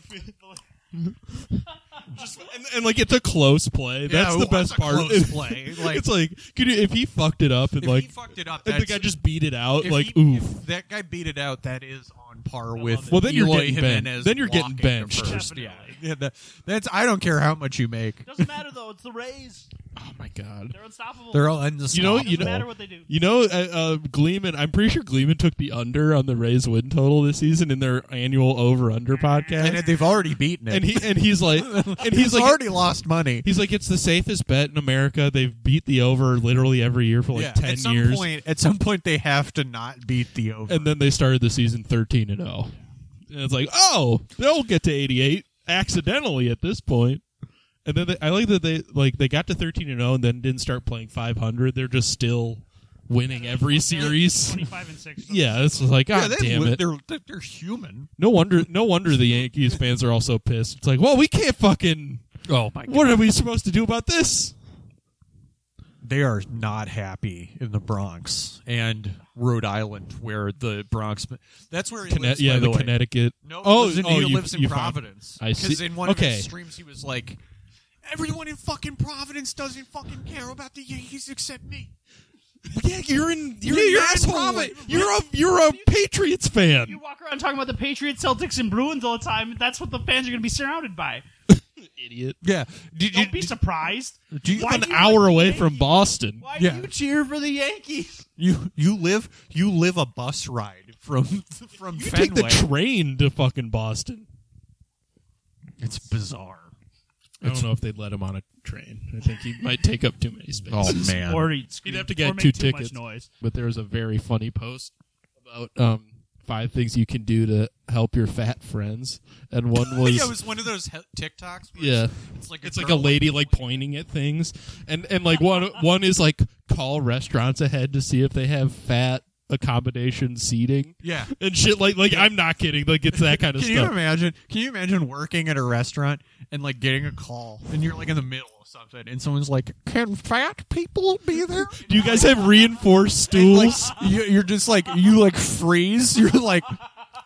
Just, and, and like it's a close play. That's it the was best a part. close play. Like- it's like, could you, if he fucked it up and if like he fucked it up And that's, the guy just beat it out, if like, he- oof. if that guy beat it out that is on par with Well, then you're Eloy getting benched. Jimenez Then you're getting walking to benched. first. Yeah. Definitely. Yeah, that- that's I don't care how much you make. Doesn't matter though. It's the Rays. Oh my god. They're unstoppable. They're all unstoppable. You Doesn't know- matter what they do. You know, uh, uh, Gleeman. I'm pretty sure Gleeman took the under on the Rays win total this season in their annual over under Mm-hmm. and podcast. they've already beaten it. And he and he's like, and he's he's like, already lost money. he's like, it's the safest bet in America. They've beat the over literally every year for like Yeah, ten at some years, point, at some point, they have to not beat the over. and then they started the season thirteen and zero. And it's like, oh, they'll get to eighty eight accidentally at this point. And then they, I like that they like they got to thirteen and zero and then didn't start playing five hundred. They're just still winning every series. Twenty-five and six. Yeah, it's just like, yeah, god they damn li- it. They're, they're they're human. No wonder, no wonder the Yankees fans are also pissed. It's like, well, we can't fucking. Oh my What are we supposed to do about this? they are not happy in the Bronx and Rhode Island, where the Bronx. That's where he Conne- lives. yeah, by the, the, way. Connecticut. No, he oh, lives in, oh, he you- lives in you found- Providence. I see. Because in one of Okay. his streams, he was like, "Everyone in fucking Providence doesn't fucking care about the Yankees except me." Yeah, you're in. You're, Yeah, an you're in asshole. Providence. You're a you're a Patriots fan. You walk around talking about the Patriots, Celtics, and Bruins all the time. That's what the fans are going to be surrounded by. Idiot. Yeah. Did Don't be surprised. do you, Why An do you hour like the away Yankees? from Boston. Why Yeah. do you cheer for the Yankees? you you live you live a bus ride from from You Fenway. take the train to fucking Boston. it's bizarre. I don't know if they'd let him on a train. I think he might take up too many spaces. Oh, man. Or he'd, You'd scream, have to or get make two too much tickets. noise. But there was a very funny post about um, five things you can do to help your fat friends, and one was yeah, it was one of those he- TikToks. Where Yeah. it's, it's like a it's like a girl- lady like pointing at things and and like one one is like call restaurants ahead to see if they have fat accommodation seating Yeah. and shit like like i'm not kidding like it's that kind of Can you stuff imagine? Can you imagine working at a restaurant and like getting a call, and you're like in the middle of something, and someone's like, "Can fat people be there?" do you guys have reinforced And, like, stools you- you're just like you like freeze. You're like,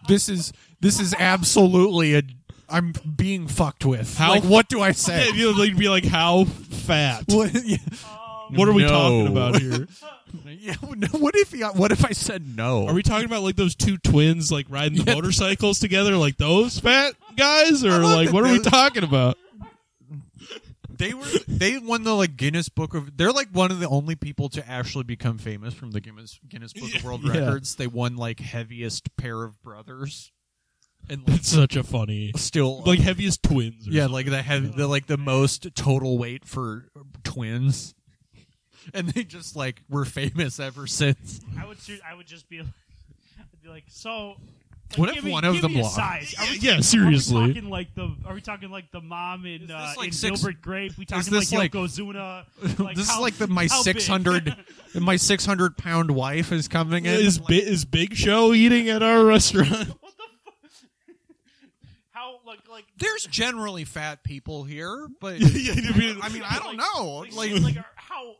"This is this is absolutely a I'm being fucked with." How- Like, what do I Yeah, say? you'd like, be like how fat What, yeah. what are we No. talking about here Yeah, no, what if you, what if I said no? are we talking about like those two twins like riding the Yeah. motorcycles together like those fat guys or love like that what are we those- talking about they were they won the like Guinness Book of they're like one of the only people to actually become famous from the Guinness Guinness Book of World Yeah. Records. They won like heaviest pair of brothers and like, that's such a funny still like heaviest twins or yeah, like the heavy the like the most total weight for twins. And they just like were famous ever since. I would. ser- I would just be. like- I'd be like, so. Like, What if give me- one of give them me a lost? size. Are we, yeah, Are seriously. we talking like the? Are we talking like the mom in, this uh, like in six- Gilbert Grape? We talking this like like- Yokozuna? Like this how- is like the, my how big? six hundred, my six hundred pound wife is coming in. is, Bi- is Big Show eating at our restaurant? What the fuck? How like like There's generally fat people here, but Yeah, I mean, I mean, I don't know. like, Like, like are- how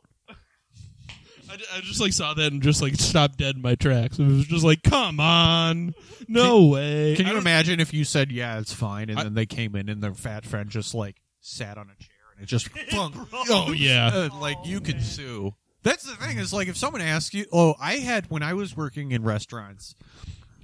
I, ju- I just like saw that and just like stopped dead in my tracks. It was just like, come on, no way. Can I you don't- imagine if you said, "Yeah, it's fine," and I- then they came in and their fat friend just like sat on a chair and it just flung, Oh yeah, uh, like you could sue. That's the thing is like if someone asks you, "Oh, I had when I was working in restaurants,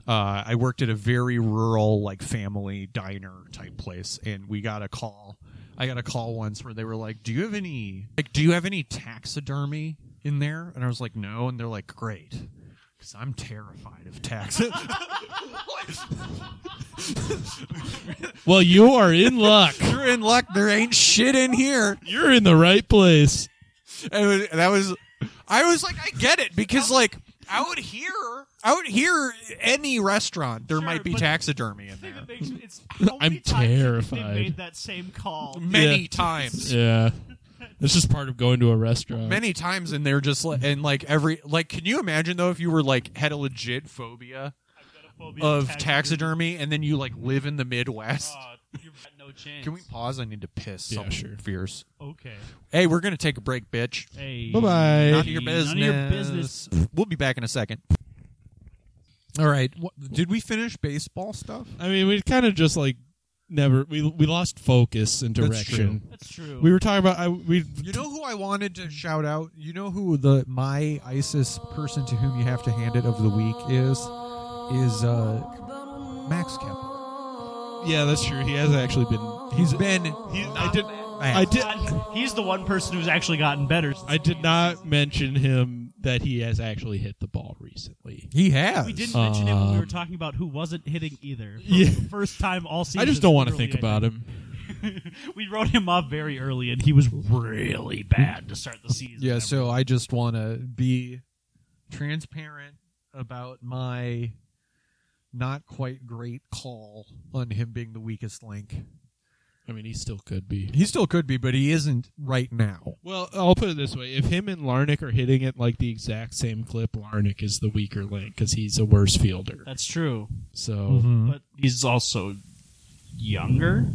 uh, I worked at a very rural like family diner type place, and we got a call. I got a call once where they were like, "Do you have any like Do you have any taxidermy in there?" And I was like, "No," and they're like, "Great." Because I'm terrified of taxes. well you are in luck. You're in luck. There ain't shit in here. You're in the right place. It was- that was, I was like, I get it because like out here, out here, any restaurant there Sure, might be but- taxidermy in thing there. that makes me- it's how I'm many times have terrified. They made that same call. Many Yeah. times, Yeah, that's just part of going to a restaurant. many times, and they're just like, and like every like, can you imagine though if you were like had a legit phobia Phobia of taxidermy. taxidermy, Oh, and then you like live in the Midwest? Uh, you've got no chance. Can we pause? I need to piss. Yeah, something sure. Fierce. Okay. Hey, we're gonna take a break, bitch. Hey. Bye-bye. None of your business. None of your business. We'll be back in a second. All right. What, did we finish baseball stuff? I mean, we kind of just like never we we lost focus and That's direction. That's true. We were talking about I we You know who I wanted to shout out? You know who the my ISIS person to whom you have to hand it of the week is? Is uh Max Kepler. Yeah, that's true. He has actually been. He's. He's been. He, I did. I I did. He's the one person who's actually gotten better. I did not mention him that he has actually hit the ball recently. He has. We didn't mention it when we were Um, talking about who wasn't hitting either. For Yeah. the first time all season. I just don't want to really, think I about him. think. We wrote him off very early, and he was really bad to start the season. Yeah, so I just want to be transparent about my not quite great call on him being the weakest link. I mean, he still could be. He still could be, but he isn't right now. Well, I'll put it this way: if him and Larnick are hitting it like the exact same clip, Larnick is the weaker link because he's a worse fielder. that's true. So Mm-hmm. Mm-hmm. But he's also younger.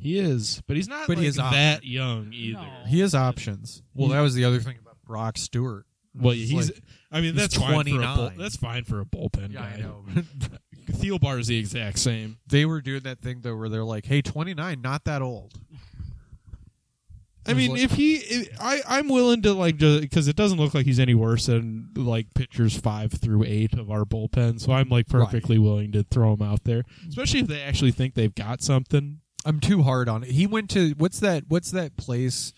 he is, but he's not But he like is awesome. that young either. He has options. Well, that was the other thing about Brock Stewart. Well, he's. Like, I mean, he's that's fine for a bull, 29. that's fine for a bullpen yeah, guy. I know. Thiel Bar is the exact same. they were doing that thing though, where they're like, "Hey, 29, not that old." I mean, like- if he, if- I, I'm willing to like, because it doesn't look like he's any worse than like pitchers five through eight of our bullpen. So I'm like perfectly willing to throw him out there, especially if they actually think they've got something. I'm too hard on it. He went to what's that? What's that place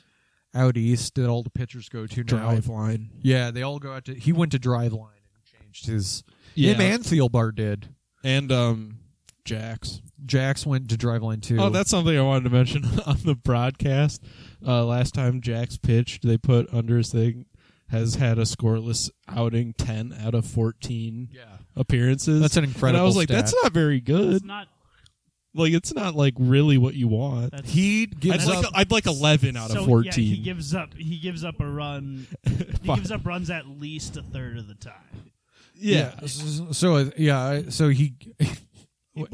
out east that all the pitchers go to now? line. Yeah, they all go out to. He went to drive line and changed his. Yeah. Him and Thielbar did. and um Jax. Jax went to drive line too. Oh, that's something I wanted to mention on the broadcast. Uh, last time Jax pitched, they put under his thing has had a scoreless outing, ten out of fourteen yeah. appearances. That's an incredible And I was like, stat. that's not very It's good. not. Like, it's not like really what you want. That's, He I'd gives like, up. I'd like eleven out so, of Yeah, fourteen. he gives up. He gives up a run. He gives up runs at least a third of the time. yeah. So so, yeah, so he.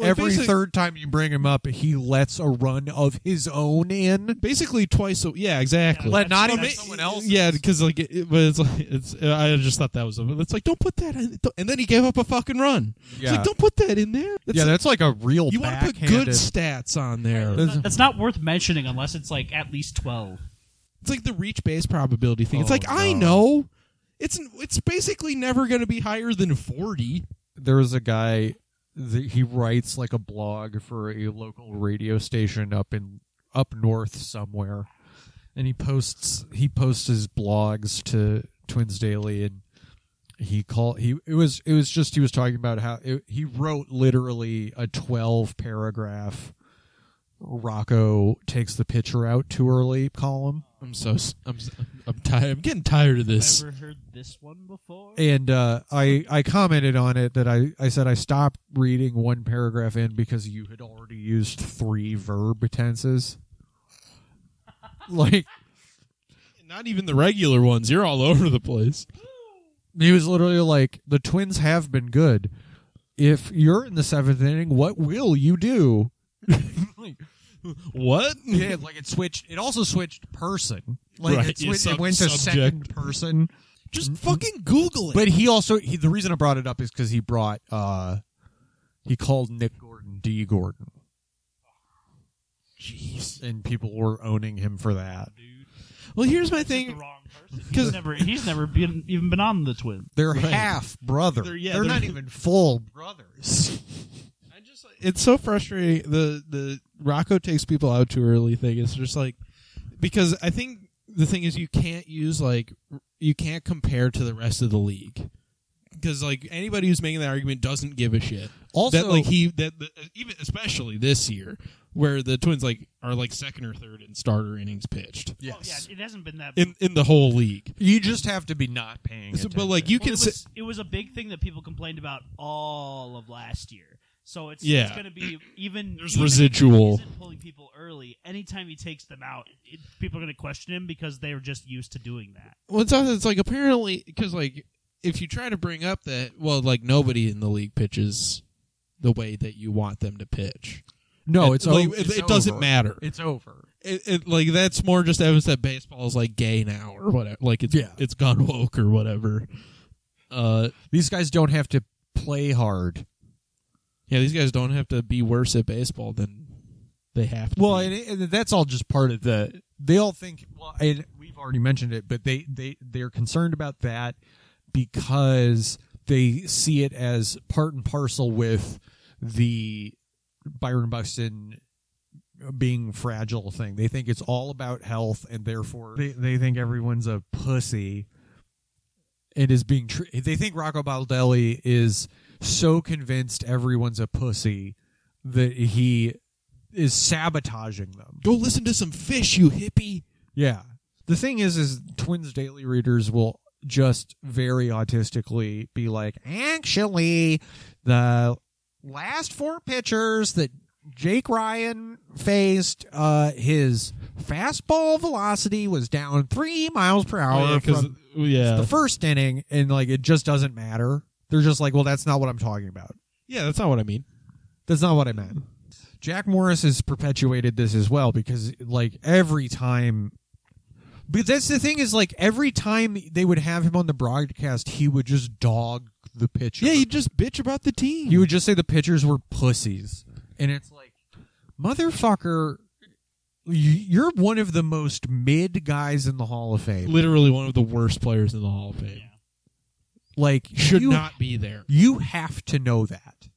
Every basically- third time you bring him up, he lets a run of his own in. Basically twice. A, yeah, exactly. Let- not that's even someone else. Yeah, because like it, it was like it's. I just thought that was. It's like don't put that. in And then he gave up a fucking run. It's Yeah. like don't put that in there. That's yeah, that's like a real. you want to put good backhanded- stats on there. That's- That's not worth mentioning unless it's like at least twelve. It's like the reach base probability thing. It's Oh, like I no. know. It's it's basically never going to be higher than forty. there was a guy that he writes like a blog for a local radio station up in up north somewhere and he posts he posts his blogs to twins daily and he called he it was it was just he was talking about how it, he wrote literally a 12 paragraph rocco takes the pitcher out too early column I'm so s- I'm s- I'm tired. I'm getting tired of this. Ever heard this one before? and uh, I I commented on it that I I said I stopped reading one paragraph in because you had already used three verb tenses. Like Not even the regular ones. You're all over the place. he was literally like, the twins have been good. If you're in the seventh inning, what will you do? Like, What? yeah, like it switched. It also switched person. Like Right, it, yeah, switched, sub- it went to subject. second person. Just fucking Google it. Mm-hmm. But he also he, the reason I brought it up is because he brought uh he called Nick Gordon D Gordon. Jeez, and people were owning him for that. well, here's my He's the thing. wrong person. He's never. He's never been even been on the twins. They're half brother. They're- yeah, they're they're- not even full brothers. I just like- it's so frustrating. The the Rocco takes people out too early thing is just like because I think the thing is you can't use like you can't compare to the rest of the league because like anybody who's making that argument doesn't give a shit. Also- that like he that the, even especially this year where the Twins like are like second or third in starter innings pitched Oh, yeah, it hasn't been that. in in the whole league. You just have to be not paying. So- attention. but like you Well, can it, say, was, it was a big thing that people complained about all of last year. So it's, Yeah. it's going to be even. There's even if residual. He isn't pulling people early. Anytime he takes them out, it, people are going to question him because they're just used to doing that. Well, it's also it's like apparently because like if you try to bring up that well, like nobody in the league pitches the way that you want them to pitch. no, it- it's, like, o- it- it's it doesn't over. matter. It's over. It, it like that's more just evidence that baseball is like gay now or whatever. Like it's Yeah. it's gone woke or whatever. Uh, These guys don't have to play hard. yeah, these guys don't have to be worse at baseball than they have to. Well, be. and, it- and that's all just part of the. They all think. Well, and we've already mentioned it, but they they they're concerned about that because they see it as part and parcel with the Byron Buxton being fragile thing. They think it's all about health, and therefore they, they think everyone's a pussy. And is being tr- they think Rocco Baldelli is so convinced everyone's a pussy that he is sabotaging them. Go listen to some fish, you hippie. Yeah. The thing is, is Twins Daily readers will just very autistically be like, actually, the last four pitchers that Jake Ryan faced, uh, his fastball velocity was down three miles per hour Because from Oh, yeah, the first inning, and like it just doesn't matter. They're just like, well, that's not what I'm talking about. yeah, that's not what I mean. That's not what I meant. Jack Morris has perpetuated this as well because like every time but that's the thing is like every time they would have him on the broadcast, he would just dog the pitcher. Yeah, you just bitch about the team. he would just say the pitchers were pussies. And it's like motherfucker y- you're one of the most mid guys in the Hall of Fame. literally one of the worst players in the Hall of Fame. Like Should you- not be there. you have to know that.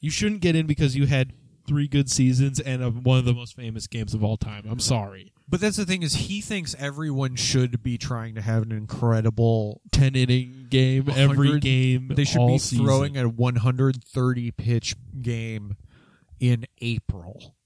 You shouldn't get in because you had three good seasons and a, one of the most famous games of all time. I'm sorry. But that's the thing is he thinks everyone should be trying to have an incredible Ten inning game every 100 game. They should all be season. throwing a 130 pitch game in April.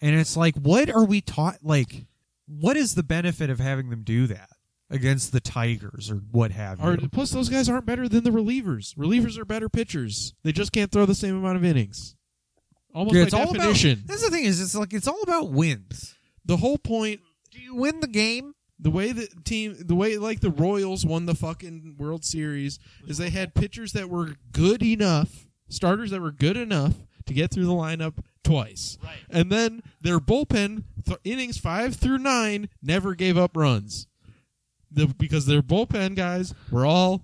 And it's like, what are we taught? Like, what is the benefit of having them do that against the Tigers or what have Or- you? plus, those guys aren't better than the relievers. Relievers are better pitchers. They just can't throw the same amount of innings. Almost Yeah, by it's all about, definition. that's the thing is, it's like it's all about wins. the whole point Do you win the game? the way the team the way like the royals won the fucking world series is they had pitchers that were good enough starters that were good enough to get through the lineup twice right. and then their bullpen th- innings five through nine never gave up runs the, because their bullpen guys were all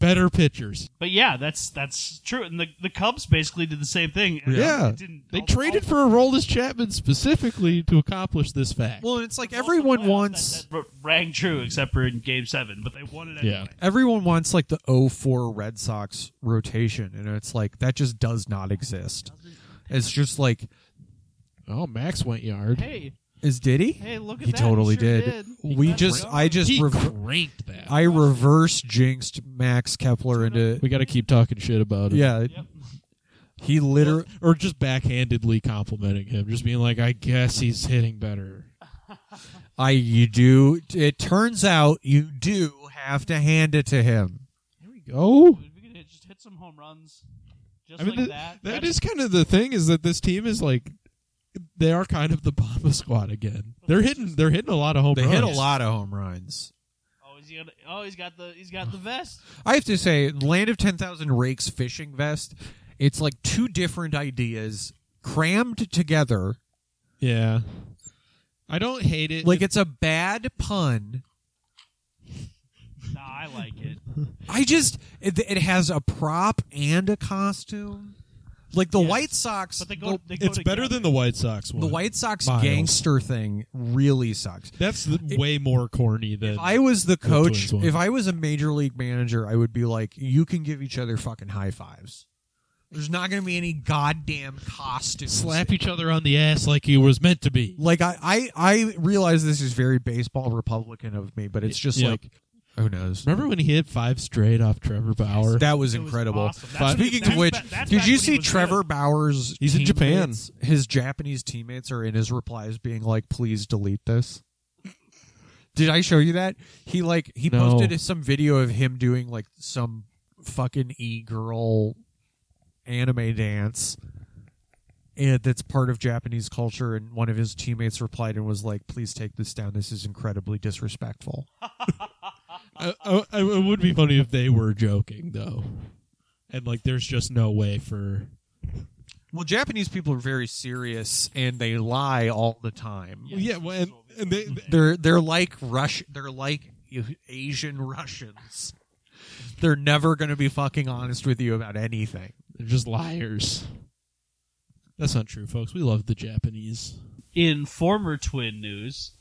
better pitchers But yeah, that's that's true. And the the Cubs basically did the same thing. And Yeah. it didn't- they all- traded for a Aroldis Chapman specifically to accomplish this fact Well, it's like all- all the everyone playoffs, wants that, that rang true except for in Game Seven, but they won it anyway. yeah everyone wants like the 04 Red Sox rotation, and it's like that just does not exist. It's just like oh Max went yard Hey, Is did he? hey, look at he that. totally he sure did. did. We just, I just, he rever- cranked that I reverse jinxed Max Kepler into. we got to keep talking shit about it Yeah, he literally. or just backhandedly complimenting him, just being like, "I guess he's hitting better." I you do. It turns out you do have to hand it to him. There we go. Dude, we could hit- just hit some home runs, just Oh, I mean, like th- that. that That's- is kind of the thing is that this team is like, they are kind of the Bomba Squad again. They're hitting, they're hitting a lot of home They runs. hit a lot of home runs. Oh, is he gonna, oh, he's got the he's got the vest. I have to say, Land of Ten Thousand Rakes fishing vest. It's like two different ideas crammed together. Yeah, I don't hate it. Like it's a bad pun. Nah, I like it. I just it, it has a prop and a costume. Like the Yes. White Sox, But they go. They go it's better than the White Sox one. the White Sox Miles. gangster thing really sucks. That's the, way more corny than If I was the coach, Twins one. if I was a major league manager, I would be like, you can give each other fucking high fives. There's not going to be any goddamn costumes. slap each other on the ass like he was meant to be. Like I, I, I realize this is very baseball Republican of me, but it's just Yeah. like, who knows? Remember when he hit five straight off Trevor Bauer? That was It was incredible. awesome. That's when he- Speaking that's of which, ba- that's did back you when he see was Trevor good. Bauer's? He's in Japan. teammates- His Japanese teammates are in his replies being like, "Please delete this." Did I show you that? He like he No. posted some video of him doing like some fucking e girl anime dance. And that's part of Japanese culture. And one of his teammates replied and was like, "Please take this down. This is incredibly disrespectful." I, I, I- it would be funny if they were joking though, and like there's just no way for Well, Japanese people are very serious and they lie all the time. yeah, well, and, and they, They're they're like Rush. They're like Asian Russians. They're never going to be fucking honest with you about anything. they're just liars. That's not true, folks. We love the Japanese. In former Twin news,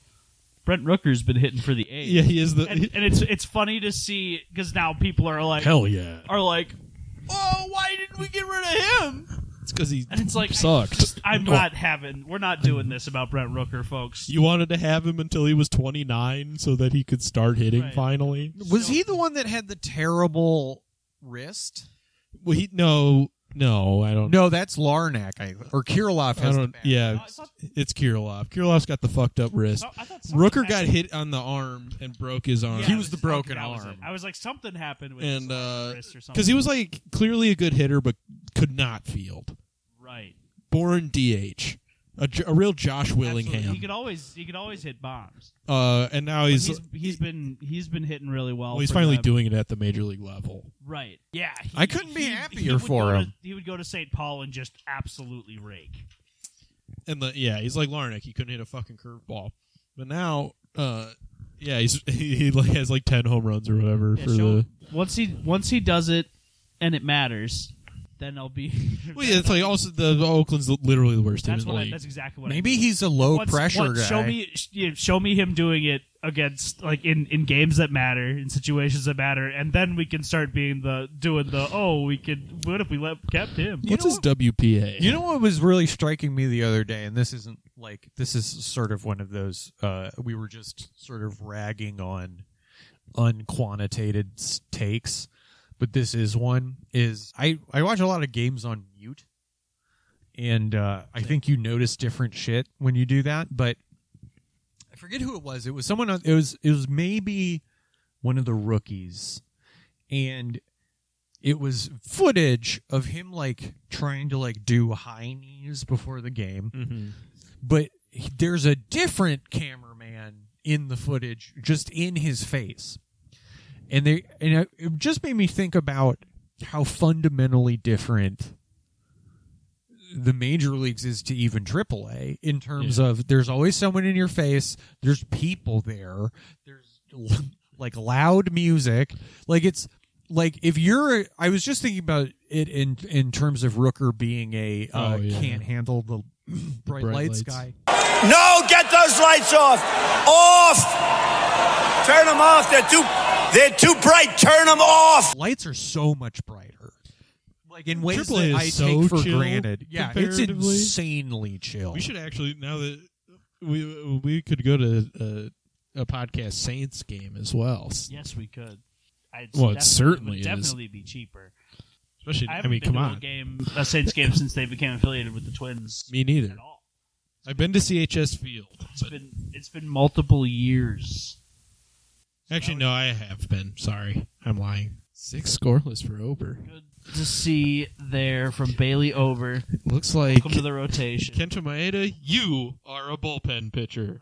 Brent Rooker's been hitting for the A's. Yeah, he is the and, and it's it's funny to see because now people are like hell yeah. are like oh, why didn't we get rid of him? It's because he And it's like, I- sucked. I'm not having. We're not doing this about Brent Rooker, folks. You wanted to have him until he was 29 so that he could start hitting Right. finally. Was he the one that had the terrible wrist? Well, he no, no, I don't. No, that's Larnack. I, or Kirilov I has the don't. bad- Yeah, I thought- it's Kirilov. Kirilov's got the fucked up wrist. So- I thought something Rooker got happened. hit on the arm and broke his arm. Yeah, He it was the okay, broken that was arm. it. I was like, something happened with and his arm, uh wrist or something. because he was like clearly a good hitter but could not field. right. Born DH, a, j- a real Josh Absolutely. Willingham, He could always he could always hit bombs. uh, and now But he's. He's, he's been he's been hitting really well. well, he's for finally them. doing it at the major league level. right. Yeah, he- I couldn't be he- he happier would for go to- him. he would go to St. Paul and just absolutely rake. And the yeah, he's like Larnick. He couldn't hit a fucking curveball, but now, uh, yeah, he's he, like has like ten home runs or whatever Yeah, for show- the. once he once he does it and it matters, then I'll be. Well, yeah, it's like also the, the Oakland's literally the worst team that's in the what I, league. that's exactly what. I Maybe mean. he's a low Once- pressure once- guy. Show me sh- yeah, show me him doing it against like in in games that matter, in situations that matter, and then we can start being the doing the oh we could what if we let kept him. What's his WPA? You know what was really striking me the other day, and this isn't like this is sort of one of those uh, we were just sort of ragging on unquantitated s- takes, but this is one is I I watch a lot of games on mute, and uh, I think you notice different shit when you do that. But I forget who it was. It was someone. on- It was it was maybe one of the rookies, and it was footage of him like trying to like do high knees before the game Mm-hmm. Mm-hmm. but he- there's a different cameraman in the footage just in his face and they and it- it just made me think about how fundamentally different the major leagues is to even AAA in terms of there's always someone in your face, there's people there, there's like loud music, like it's like if you're I was just thinking about it in in terms of Rooker being a uh, Oh, yeah. can't handle the bright, Bright lights, lights. guy. No, get those lights off. Off. Turn them off. They're too they're too bright. Turn them off. Lights are so much brighter. Like in ways AAA that is I so take for chill granted. Yeah, it's comparatively. insanely chill. We should actually now that we we could go to a, a podcast Saints game as well. Yes, we could. I'd Well, it definitely- certainly would is. definitely be cheaper. Especially, I I, haven't mean, been come to on, a game, a Saints game, since they became affiliated with the Twins. me neither. at all. I've been to CHS Field. It's been it's been multiple years. Actually, no, I have been. Sorry, I'm lying. Six scoreless for Ober. Good to see there from Bailey Over. Looks like Welcome to the rotation. Kenta Maeda, you are a bullpen pitcher.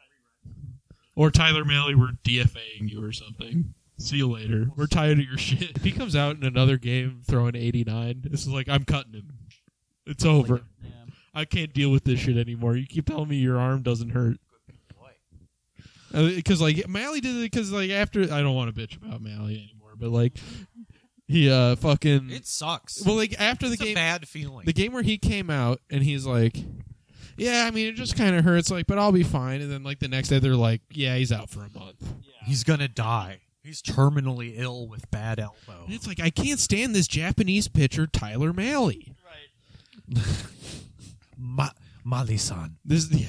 Or Tyler Malley, we're DFAing you or something. See you later. We're tired of your shit. If he comes out in another game throwing 89, this is like, I'm cutting him. It's over. Yeah. I can't deal with this shit anymore. You keep telling me your arm doesn't hurt. Because like Mally did it because like after I don't want to bitch about Mally anymore, but like he uh fucking it sucks. well like after the it's a game bad feeling. the game where he came out and he's like, "Yeah, I mean, it just kind of hurts, like, but I'll be fine." And then like the next day, they're like, "Yeah, he's out for a month." He's gonna die. He's terminally ill with bad elbow. And it's like I can't stand this Japanese pitcher Tyler Malley. Ma- Mali-san, This yeah,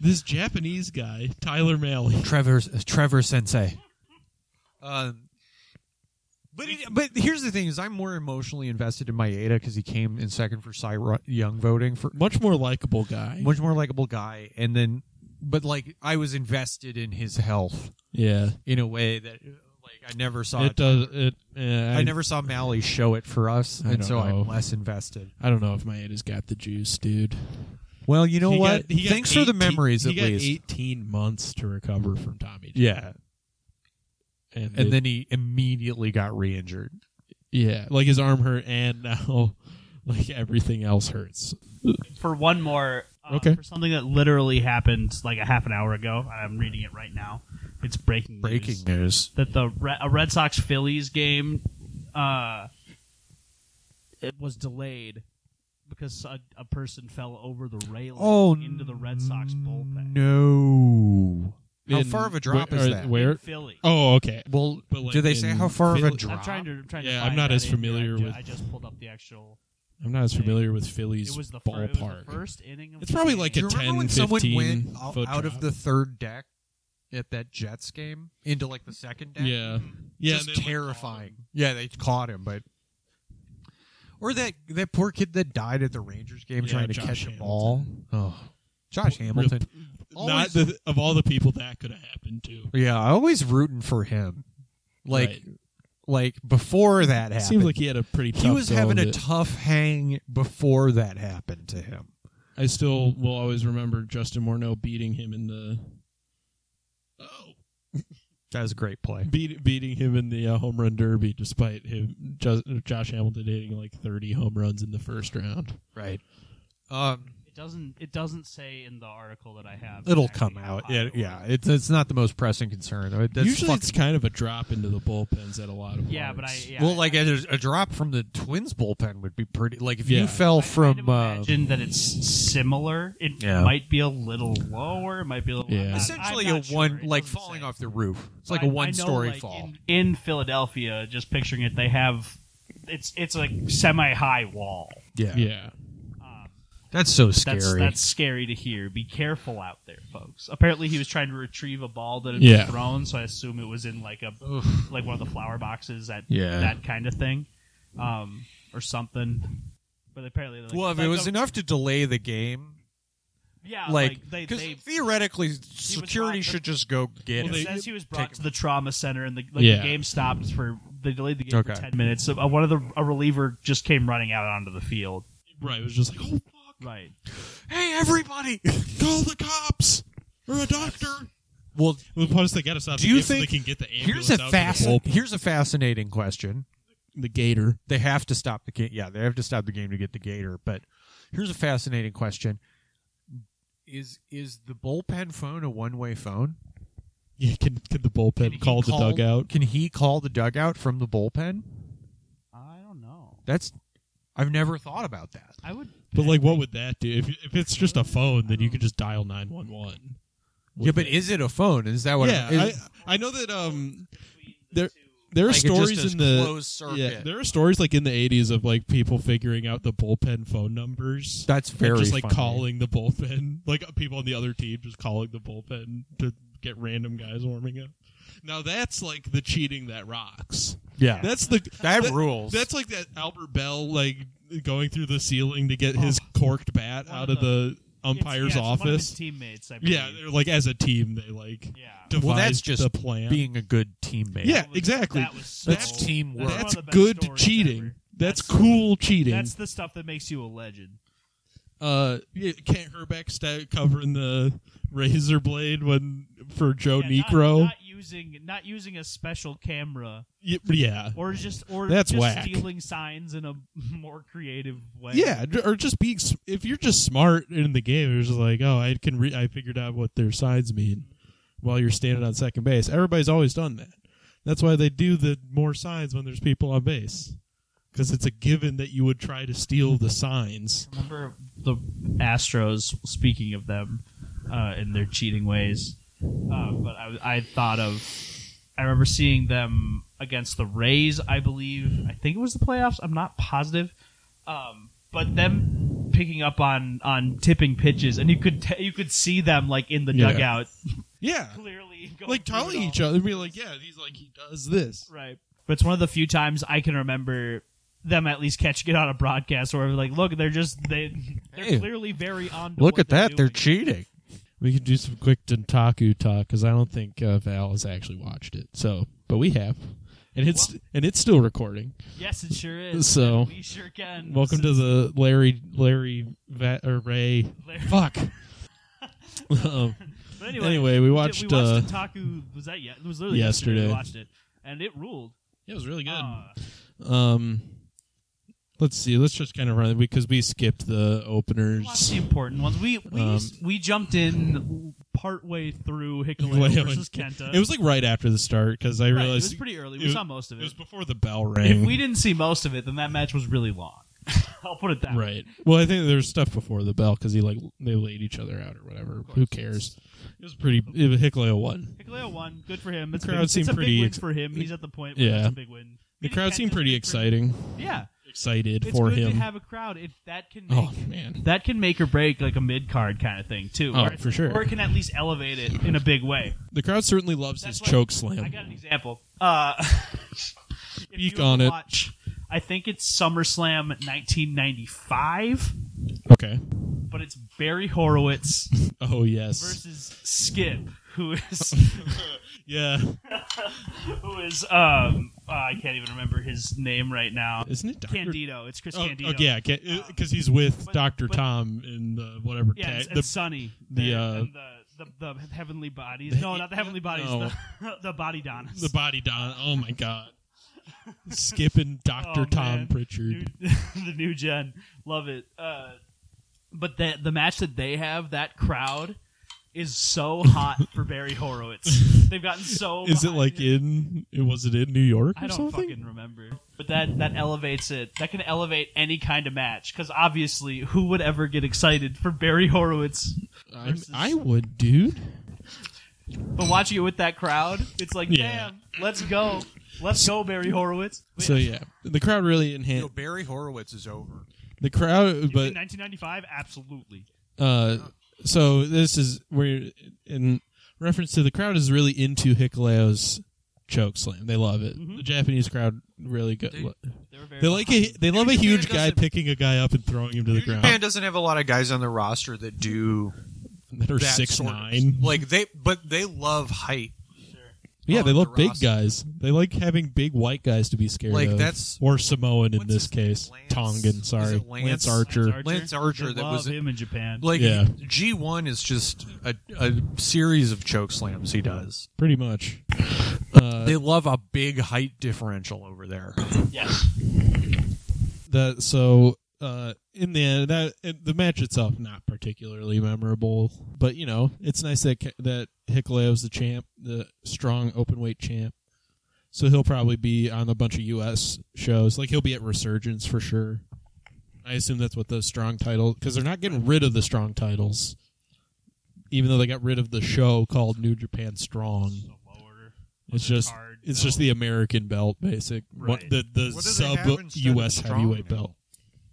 this Japanese guy Tyler Malley. Trevor, uh, Trevor Sensei. Um, but it, but here's the thing: is I'm more emotionally invested in Maeda because he came in second for Cy Ru- Young voting for Much more likable guy. much more likable guy, and then but like I was invested in his health Yeah, in a way that uh, like I never saw. it does. It. Yeah, I, I never saw Mally show it for us, I and don't so know. I'm less invested. I don't know if Maeda's got the juice, dude. Well, you know He what? got- he got Thanks for the 18 memories, he at got least. Eighteen months to recover from Tommy. John. Yeah, and, and then then he immediately got re-injured. yeah, like his arm hurt, and now like everything else hurts. For one more, uh, Okay. for something that literally happened like a half an hour ago. I'm reading it right now. It's breaking. news. Breaking news. that the Re- a Red Sox Phillies game, uh, it was delayed because a, a person fell over the railing Oh, Mm, into the Red Sox bullpen. No. How in- far of a drop where- is or that? Where? Philly. Oh, okay. Well, But, like, do they say in how far of a Philly- drop? I'm trying to. I'm trying to. Yeah, find I'm not that as in here. familiar I ju- with- I just pulled up the actual. I'm not as familiar with Philly's It was the, fir- it was the ballpark. first inning. Of It's probably like do a you a. remember 10, when someone 15 went out, foot out of drop. the third deck at that Jets game into like the second deck? yeah, yeah. just and then, like, terrifying. yeah, they caught him, but or that that poor kid that died at the Rangers game Yeah, trying to Josh catch Hamilton. a ball. Oh, Josh Hamilton. not the, of all the people that could have happened to. Yeah, I always rooting for him. Like Right. like before that happened, seems like he had a pretty. he tough was go having of a it. tough hang before that happened to him. I still will always remember Justin Morneau beating him in the. Oh, That was a great play. beat, beating him in the uh, home run derby, despite him Jo- Josh Hamilton hitting like 30 home runs in the first round. Right. Um, It doesn't. It doesn't say in the article that I have. it'll exactly come how out. high Yeah, it was. yeah. It's it's not the most pressing concern. It- That's Usually, fucking- it's kind of a drop into the bullpens at a lot of. Yeah, but I. parks. Yeah, well, like a, a drop from the Twins bullpen would be pretty. Like if Yeah. you fell I from, uh, imagine that it's similar. It Yeah. might be a little lower. It might be a little. Yeah. I'm not- I'm essentially a not sure. one, It like doesn't falling say. off the roof. It's like a But I- I know, one-story like, fall. in, in Philadelphia. Just picturing it, they have it's it's like semi-high wall. yeah. yeah. that's so scary. That's that's scary to hear. Be careful out there, folks. Apparently, he was trying to retrieve a ball that had Yeah. been thrown, so I assume it was in like a like one of the flower boxes that Yeah. that kind of thing, um, or something. But apparently, like, well, if it like, was the- enough to delay the game, yeah, like they, because they theoretically brought- security should just go get It him. says he was brought take to the trauma center, and the, like, Yeah. the game stopped for they delayed the game Okay. for ten minutes. So, uh, one of the a reliever just came running out onto the field. Right. It was just like, oh, fuck, Right. Hey, everybody! call the cops or a doctor. well, Well, plus they got to stop. Do the you game so think- they can get the ambulance here's a out to fast. the, bullpen. Here's a fascinating question. the gator? they have to stop the game. Yeah, they have to stop the game to get the Gator. But here's a fascinating question: Is is the bullpen phone a one way phone? Yeah, can can the Can he bullpen call the dugout? Can he call the dugout from the bullpen? I don't know. That's I've never thought about that. I would. But like, what would that do? If if it's just a phone, then you could just dial nine one one. yeah, but is it a phone? Is that what? yeah, is- I, I know that um there there are Like, it just stories is in the closed circuit. yeah there are stories like in the 80s of like people figuring out the bullpen phone numbers. that's And very just like funny. calling the bullpen, like people on the other team just calling the bullpen to get random guys warming up. Now that's like the cheating that rocks. Yeah, That's the That rules. That's like that Albert Bell like going through the ceiling to get his corked bat out of the it's- yeah, umpire's it's one of his office. teammates. I believe. Yeah, they're like as a team they like yeah. devised well, that's just the plan. being a good teammate. yeah, exactly. That was so, That's teamwork. that's one That's of the best good stories cheating. ever. That's, cool cheating. That's the stuff that makes you a legend. uh, yeah, Kent Herbeck st- covering the razor blade when for Joe Yeah, not- Negro. Not, using not using a special camera, Y- yeah, or just or That's just whack. stealing signs in a more creative way. yeah, d- or just being s- if you're just smart in the game, it's just like oh, I can re- I figured out what their sides mean while you're standing on second base. Everybody's always done that. That's why they do the more signs when there's people on base. Because it's a given that you would try to steal the signs. Remember the Astros. Speaking of them uh, and their cheating ways, uh, but I, I thought of. I remember seeing them against the Rays. I believe I think it was the playoffs. I'm not positive, um, but them picking up on on tipping pitches, and you could t- you could see them like in the Yeah. dugout Yeah, clearly going like E. through it telling all. each other, be like, yeah, he's like he does this. Right. But it's one of the few times I can remember them at least catching it on a broadcast or like, look, they're just they they're Hey, clearly very on. to Look what at that. They're They're cheating. We could do some quick Dentaku talk because I don't think uh, Val has actually watched it. So, but we have, and it's and it's still recording. doing. yes, it sure is. So, we sure can. Welcome to the Larry Larry Va- or Ray. Larry- Fuck. um, But anyway, anyway, we did- watched. we uh, watched Taku. Was that yet? It was literally yesterday. yesterday. We watched it, and it ruled. it was really good. Uh, um, let's see. Let's just kind of run it because we skipped the we watched openers. the important ones. We we Um, we jumped in partway through Way Hikuleo versus on- Kenta. It was like right after the start because I Right, it realized was pretty early. it We was- saw most of it it. was before the bell If rang. we didn't see most of it, then that match was really long. I'll put it that way. Right. Well, I think there's stuff before the bell because he like they laid each other out or whatever. Who cares? It was pretty. It was Hikaleo won. Hikaleo won. Good for him. It's, a crowd big- it's seemed a pretty big win ex- for him. He's at the point where Yeah. it's a big win. The He crowd catches seemed it pretty for- excited Yeah, excited it's for good him. to have a crowd. If that can make oh man, that can make or break like a mid card kind of thing too. Oh, or- for sure. Or it can at least elevate it in a big way. the crowd certainly loves his That's why- choke slam. I got an example. Uh, if Speak you on it. watch, I think it's SummerSlam 1995, okay. but it's Barry Horowitz Oh yes. versus Skip, who is yeah. who is um uh, I can't even remember his name right now. Isn't it Doctor? Candido. It's Chris Oh, Candido. Uh, oh, yeah, because he's with But- Doctor but- Tom in the whatever. Yeah, tag- it's, the- it's Sunny. the, They're- uh, and the, the, the heavenly bodies. The- no, not the heavenly bodies. no. The, the body donas. the body don. Oh my god. Skipping Doctor Oh, Tom man. Pritchard. New- the new gen. Love it. Uh, but the the match that they have, that crowd is so hot for Barry Horowitz. They've gotten so. Is it behind like him. in? It was it in New York or oh I don't something? fucking remember. But that that elevates it. That can elevate any kind of match because obviously, who would ever get excited for Barry Horowitz? I'm- versus- I would, dude. But watching it with that crowd, it's like, Yeah. damn, let's go, let's go, Barry Horowitz. Wait, So yeah, the crowd really enhanced You know, Barry Horowitz is over. the crowd, but in 1995, absolutely. Uh, so this is where in reference to the crowd is really into Hikuleo's choke slam. They love it. Mm-hmm. The Japanese crowd really good. They were very They like a, they love a Japan huge guy doesn't- picking a guy up and throwing him to the New Japan ground. doesn't have a lot of guys on the roster that do That are that six sort of- nine. Like they, but they love height. Yeah, they on love the big roster. guys. They like having big white guys to be scared Like, of. that's- or Samoan in what's this his name? case. Lance- Tongan, is sorry, it Lance? Archer. Lance Archer. Lance Archer They that love was him in Japan. like Yeah. G one is just a, a series of choke slams he does. Pretty much. Uh, they love a big height differential over there. yes. that so uh in the end that it- the match itself not particularly memorable but you know it's nice that Ke- that Hikuleo's the champ the strong open weight champ so he'll probably be on a bunch of US shows like he'll be at Resurgence for sure I assume that's what those strong titles cuz they're not getting rid of the strong titles even though they got rid of the show called New Japan Strong it's just card it's just the American belt basic what, Right. the the What do they sub have instead of US strong heavyweight now? belt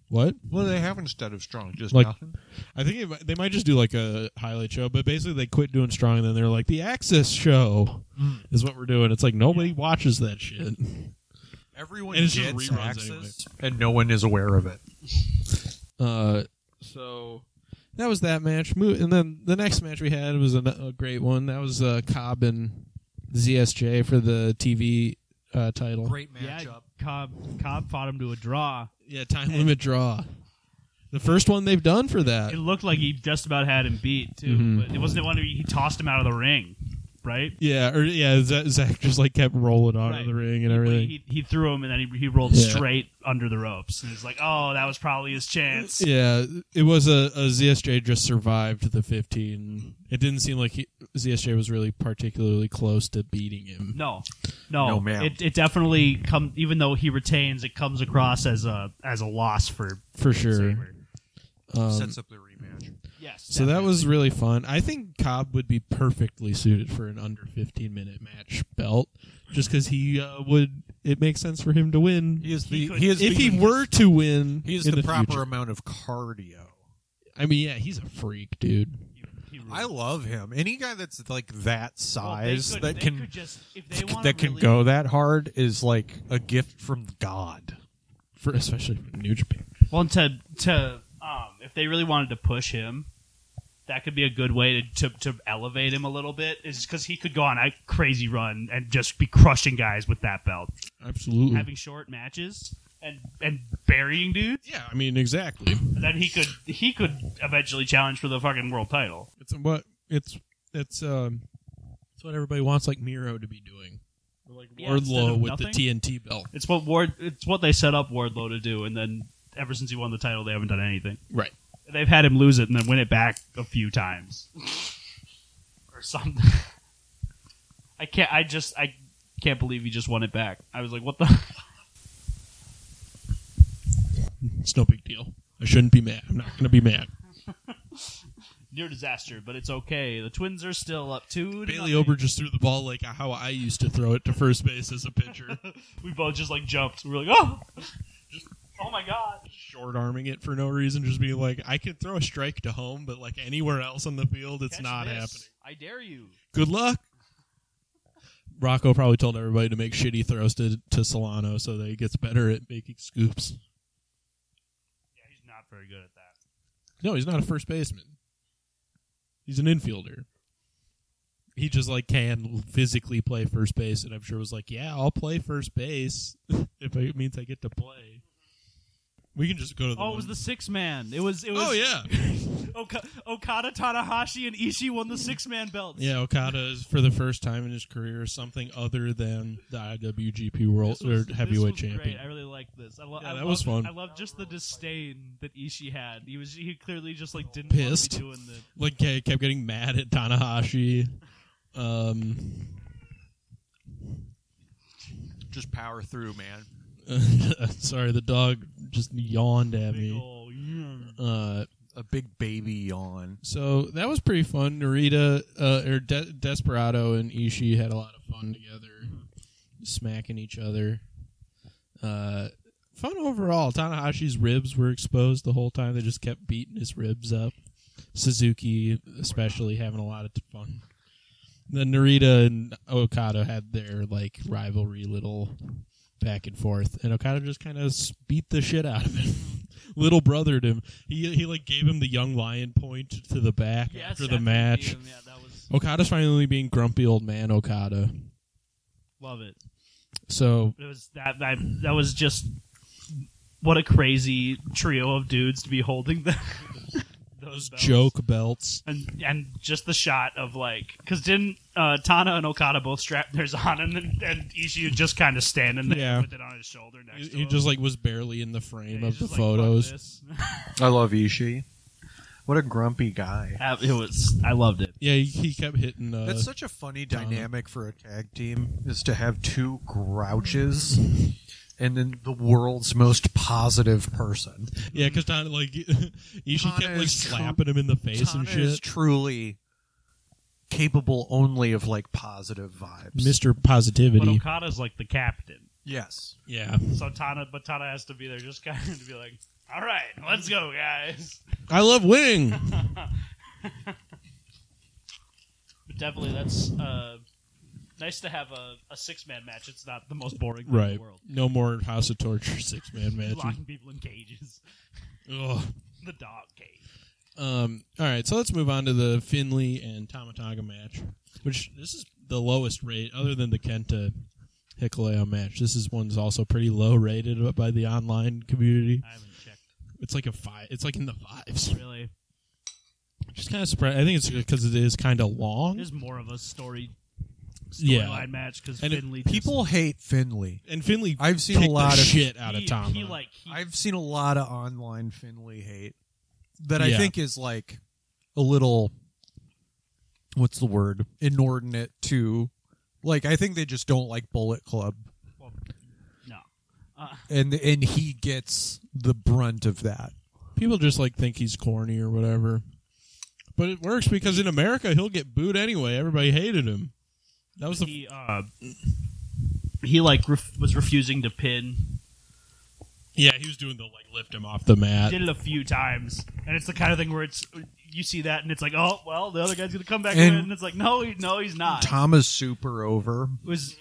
what What do they have instead of strong? Just Like- nothing. I think it, might- they might just do like a highlight show, but basically they quit doing strong. And then they're like, the Access show Hmm. is what we're doing. It's like nobody watches that shit. Everyone And it's just gets reruns access, anyway. and no one is aware of it. Uh, so that was that match. Mo- And then the next match we had was an- a, great one. That was uh, Cobb and ZSJ for the TV uh, title. Great Yeah, matchup. Cobb, Cobb fought him to a draw. Yeah, time limit draw. The first one they've done for that. It looked like he just about had him beat too, Mhm. but it wasn't one where he tossed him out of the ring, right? Yeah, or yeah, Z- Zach just like kept rolling out Right. of the ring and everything. He, he threw him and then he, he rolled Yeah. straight under the ropes. And it's like, oh, that was probably his chance. Yeah, it was a, a ZSJ just survived the 15. It didn't seem like he, ZSJ was really particularly close to beating him. No, no, No, ma'am. It, it definitely come. Even though he retains, it comes across as a as a loss for For sure. Saber. Um, Sets up the rematch. Yes. so that was really fun. I think Cobb would be perfectly suited for an under 15 minute match belt just because he uh, would, it makes sense for him to win. He is the could- he is If the, he were to win, he is in the, proper future. amount of cardio. I mean, yeah, he's a freak, dude. definitely- he really- I love him. Any guy that's like that Well, they size could- that they can could just, if they wanna that can really- go that hard is like a gift from God. For, especially for New Japan. Well, and to to um, if they really wanted to push him, that could be a good way to to, to elevate him a little bit. Is because he could go on a crazy run and just be crushing guys with that belt, Absolutely. having short matches and and burying dudes. yeah, I mean, exactly. And then he could he could eventually challenge for the fucking world title. It's what it's it's um it's what everybody wants like Miro to be doing. Or like Yeah, instead Wardlow of with nothing. the TNT belt. It's what Ward. It's what they set up Wardlow to do, and then ever since he won the title, they haven't done anything. Right. They've had him lose it and then win it back a few times, or something. I can't. I just. I can't believe he just won it back. I was like, what the. no big deal. I shouldn't be mad. I'm not going to be mad. Near disaster, but it's okay. The Twins are still up two. To Bailey nothing. Ober just threw the ball like how I used to throw it to first base as a pitcher, We both just like jumped. We were like, oh, oh my god. short arming it for no reason, just being like, I could throw a strike to home, but like anywhere else on the field, it's Catch not this. happening. I dare you. Good luck. Rocco probably told everybody to make shitty throws to, to Solano so that he gets better at making scoops. Yeah, he's not very good at that. No, he's not a first baseman. He's an infielder. He just like can physically play first base, and I'm sure was like, yeah, I'll play first base if it means I get to play. We can just go to the. Oh, it was one- the six man. It was. It was. oh yeah, Oka- Okada, Tanahashi, and Ishii won the six man belts. yeah. Okada is for the first time in his career something other than the IWGP World This was- or this Heavyweight was great. Champion. I really like this. I lo- Yeah, I that love- was fun. I love just the disdain that Ishii had. He was he clearly just like didn't want to be Pissed. doing the Like I kept getting mad at Tanahashi. Um, Just power through, man. sorry, the dog just yawned at big me. ol' yeah. Uh, A big baby yawn. So that was pretty fun. Narita uh, or De- Desperado and Ishii had a lot of fun together, smacking each other. Uh, fun overall. Tanahashi's ribs were exposed the whole time. They just kept beating his ribs up. Suzuki, especially, having a lot of fun. Then Narita and Okada had their like rivalry little back and forth, and Okada just kind of beat the shit out of him. Little brothered him. He he like gave him the young lion point to the back Yes, after after the he match. beat him, yeah, that was Okada's finally being grumpy old man Okada. love it. So It was that that that was just what a crazy trio of dudes to be holding the, those belts. joke belts. and and just the shot of like because didn't uh, Tana and Okada both strap theirs on and then and Ishii just kind of standing there Yeah. with it on his shoulder next He, to he him. just like was barely in the frame Yeah, he's of the just like, "Fuck photos. this." I love Ishii. What a grumpy guy. Uh, it was I loved it. Yeah, he, he kept hitting. Uh, That's such a funny Donna. dynamic for a tag team is to have two grouches and then the world's most positive person. yeah, because Tana like Ishii Tana kept like is tru- slapping him in the face Tana and shit. is truly capable only of like positive vibes. Mister But Positivity. Okada's like the captain, yes. Yeah, so Tana but Tana has to be there just kind of to be like, all right, let's go, guys. I love Wing. But definitely that's uh, nice to have a, a six man match. It's not the most boring thing in right. the world. No more House of Torture six man matches. Locking people in cages, Ugh. the dog cage. Um, all right, so let's move on to the Finley and Tamataga match, which this is the lowest rate other than the Kenta Hikuleo match. This is one's also pretty low rated by the online community. I haven't checked It's like a five. It's like in the fives. really. Just kind of surprised. I think it's because it is kind of long. There's more of a story storyline Yeah. match because And if Finley just- People hate Finley. And Finley, I've seen kicked a lot the of shit out he, of Tama. He like he, I've seen a lot of online Finley hate that I Yeah. think is like a little what's the word? Inordinate to like I think they just don't like Bullet Club well, no. and and he gets the brunt of that. People just like think he's corny or whatever. But it works because in America he'll get booed anyway. Everybody hated him. That was the he uh he like ref- was refusing to pin yeah. He was doing the like lift him off the mat. did it a few times and it's the kind of thing where it's you see that and it's like oh well the other guy's gonna come back and, And- win. and it's like no he, no he's not Tom is super over. it was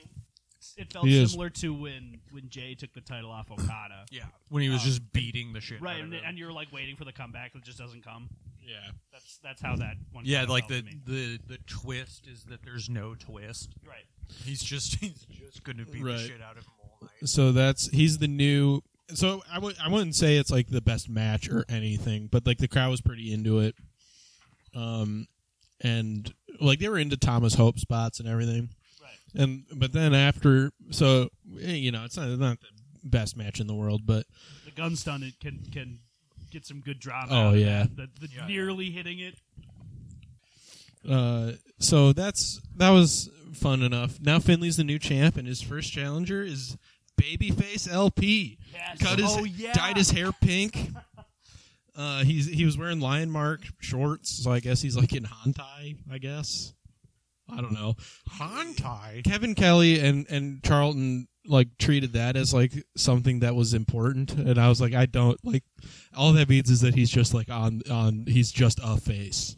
it felt He is. similar to when when Jay took the title off Okada Yeah. When he was just beating the shit. Uh, right and, and you're like waiting for the comeback it just doesn't come Yeah. that's that's how that one yeah, kinda like felt the, to me. the the twist is that there's no twist. right He's just he's just gonna beat Right. the shit out of him all night. So that's he's the new. So I would I wouldn't say it's like the best match or anything, but like the crowd was pretty into it. Um, and like they were into Thomas Hope spots and everything. Right. And but then after, so eh, you know, it's not, it's not the best match in the world, but the gun stun it can can get some good drama Oh, out of yeah. that. the, the nearly hitting it Uh, so that's that was fun enough. Now Finley's the new champ, and his first challenger is Babyface LP Yes. cut his Oh, yeah. dyed his hair pink. Uh, he's he was wearing lion mark shorts, so I guess he's like in Hantai. I guess I don't know. Hantai. Kevin Kelly and and Charlton like treated that as like something that was important, and I was like, I don't like. All that means is that he's just like on on. He's just a face.